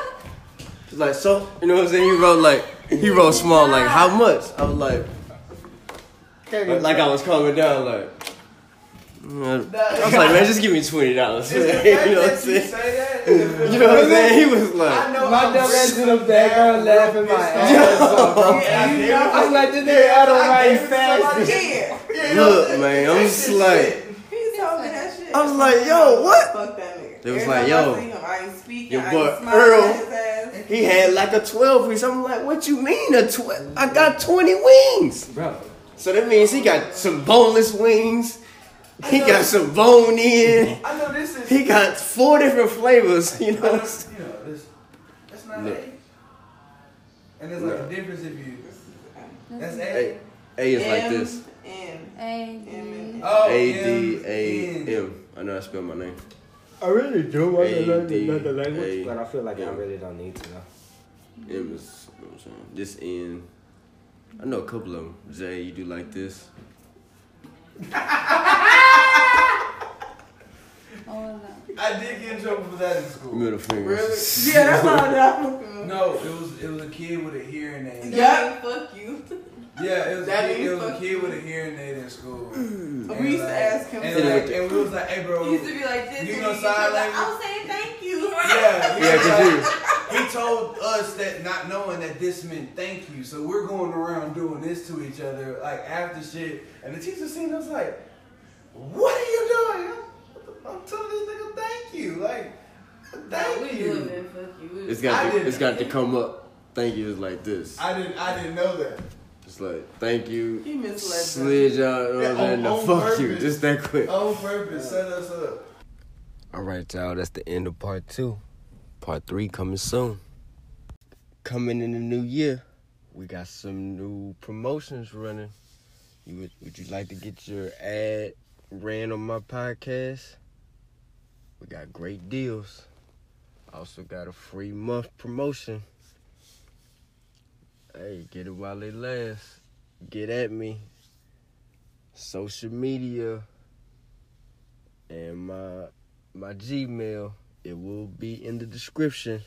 Speaker 2: he's like, so, you know what I'm saying? He wrote, like, he wrote small, like, how much? I was like, like I was calming down, like, mm. I was like, man, just give me twenty dollars. you know
Speaker 3: The fact
Speaker 2: what I'm
Speaker 3: that you
Speaker 2: saying?
Speaker 3: say that.
Speaker 2: You know what I'm saying? He was
Speaker 3: I
Speaker 2: like,
Speaker 3: know
Speaker 4: My
Speaker 3: I'm
Speaker 4: dumb ass in the
Speaker 3: so
Speaker 4: background
Speaker 3: damn
Speaker 4: laughing my
Speaker 3: pissed
Speaker 4: ass off, bro.
Speaker 3: Yeah, you know,
Speaker 4: I'm like, this nigga out of right fast.
Speaker 6: Yeah.
Speaker 3: Yeah,
Speaker 2: look, man, I'm just like.
Speaker 6: He told me that shit.
Speaker 2: I was like, yo, what?
Speaker 6: Fuck that nigga. scared.
Speaker 2: They was
Speaker 6: Every
Speaker 2: like,
Speaker 6: time
Speaker 2: yo,
Speaker 6: I see him, I ain't speaking.
Speaker 2: your
Speaker 6: I
Speaker 2: boy
Speaker 6: ain't smiling
Speaker 2: Earl.
Speaker 6: at his ass.
Speaker 2: He had like a 12 piece. I'm like, what you mean a 12? I got 20 wings.
Speaker 4: Bro,
Speaker 2: So that means he got some boneless wings. He got some bone in.
Speaker 10: I know this is.
Speaker 2: He got four different flavors, you know.
Speaker 10: I
Speaker 2: what
Speaker 10: know,
Speaker 2: I'm saying?
Speaker 10: you know this. That's not
Speaker 2: Look.
Speaker 10: A. And there's like a difference if you. That's A.
Speaker 2: Hey, A is like this.
Speaker 6: M.
Speaker 7: Hey,
Speaker 6: Amen.
Speaker 10: Oh,
Speaker 2: A D
Speaker 10: M,
Speaker 2: A
Speaker 10: N.
Speaker 2: M. I know I spelled my name.
Speaker 4: I really do
Speaker 2: want to learn another language,
Speaker 4: but I feel like
Speaker 2: yeah.
Speaker 4: I really don't need to know.
Speaker 2: M is, you know what I'm saying? This N. I know a couple of them. J, you do like this.
Speaker 7: all of that.
Speaker 10: I did get in trouble for that in school.
Speaker 2: Middle finger.
Speaker 6: Yeah, that's all that.
Speaker 10: No, it was it was a kid with a hearing aid.
Speaker 6: Yeah.
Speaker 5: Fuck you.
Speaker 10: Yeah, it was,
Speaker 6: That
Speaker 10: a, kid,
Speaker 6: means
Speaker 10: it was a
Speaker 6: fuck
Speaker 10: kid with a hearing aid in school. And
Speaker 6: We used to
Speaker 10: like-
Speaker 6: ask him.
Speaker 10: And, like, and we was like, hey, bro.
Speaker 5: He used to be like this.
Speaker 10: You
Speaker 5: and
Speaker 10: know
Speaker 5: he'd be like,
Speaker 10: sign language?
Speaker 5: I'll say thank you.
Speaker 10: Yeah,
Speaker 2: Yeah, cause
Speaker 10: he told us that not knowing that this meant thank you. So we're going around doing this to each other, like after shit. And the teacher seen us like, what are you doing? I'm, I'm telling this nigga thank you. Like,
Speaker 5: we
Speaker 10: thank
Speaker 5: doing
Speaker 10: you.
Speaker 5: that. Fuck you.
Speaker 2: you, it's got
Speaker 10: I
Speaker 2: to,
Speaker 10: did.
Speaker 2: it's got to come up. Thank you is like this.
Speaker 10: I didn't I didn't know that.
Speaker 2: It's like thank you.
Speaker 6: He misled
Speaker 2: Slid y'all, you know what I'm
Speaker 10: Yeah, on-
Speaker 2: saying? No,
Speaker 10: on
Speaker 2: fuck you,
Speaker 10: purpose.
Speaker 2: just that quick.
Speaker 10: On purpose, set us up.
Speaker 2: All right, y'all. That's the end of part two. Part three coming soon. Coming in the new year, we got some new promotions running. You would, would you like to get your ad ran on my podcast? We got great deals. Also got a free month promotion. Hey, get it while it lasts. Get at me. Social media and my my Gmail. It will be in the description.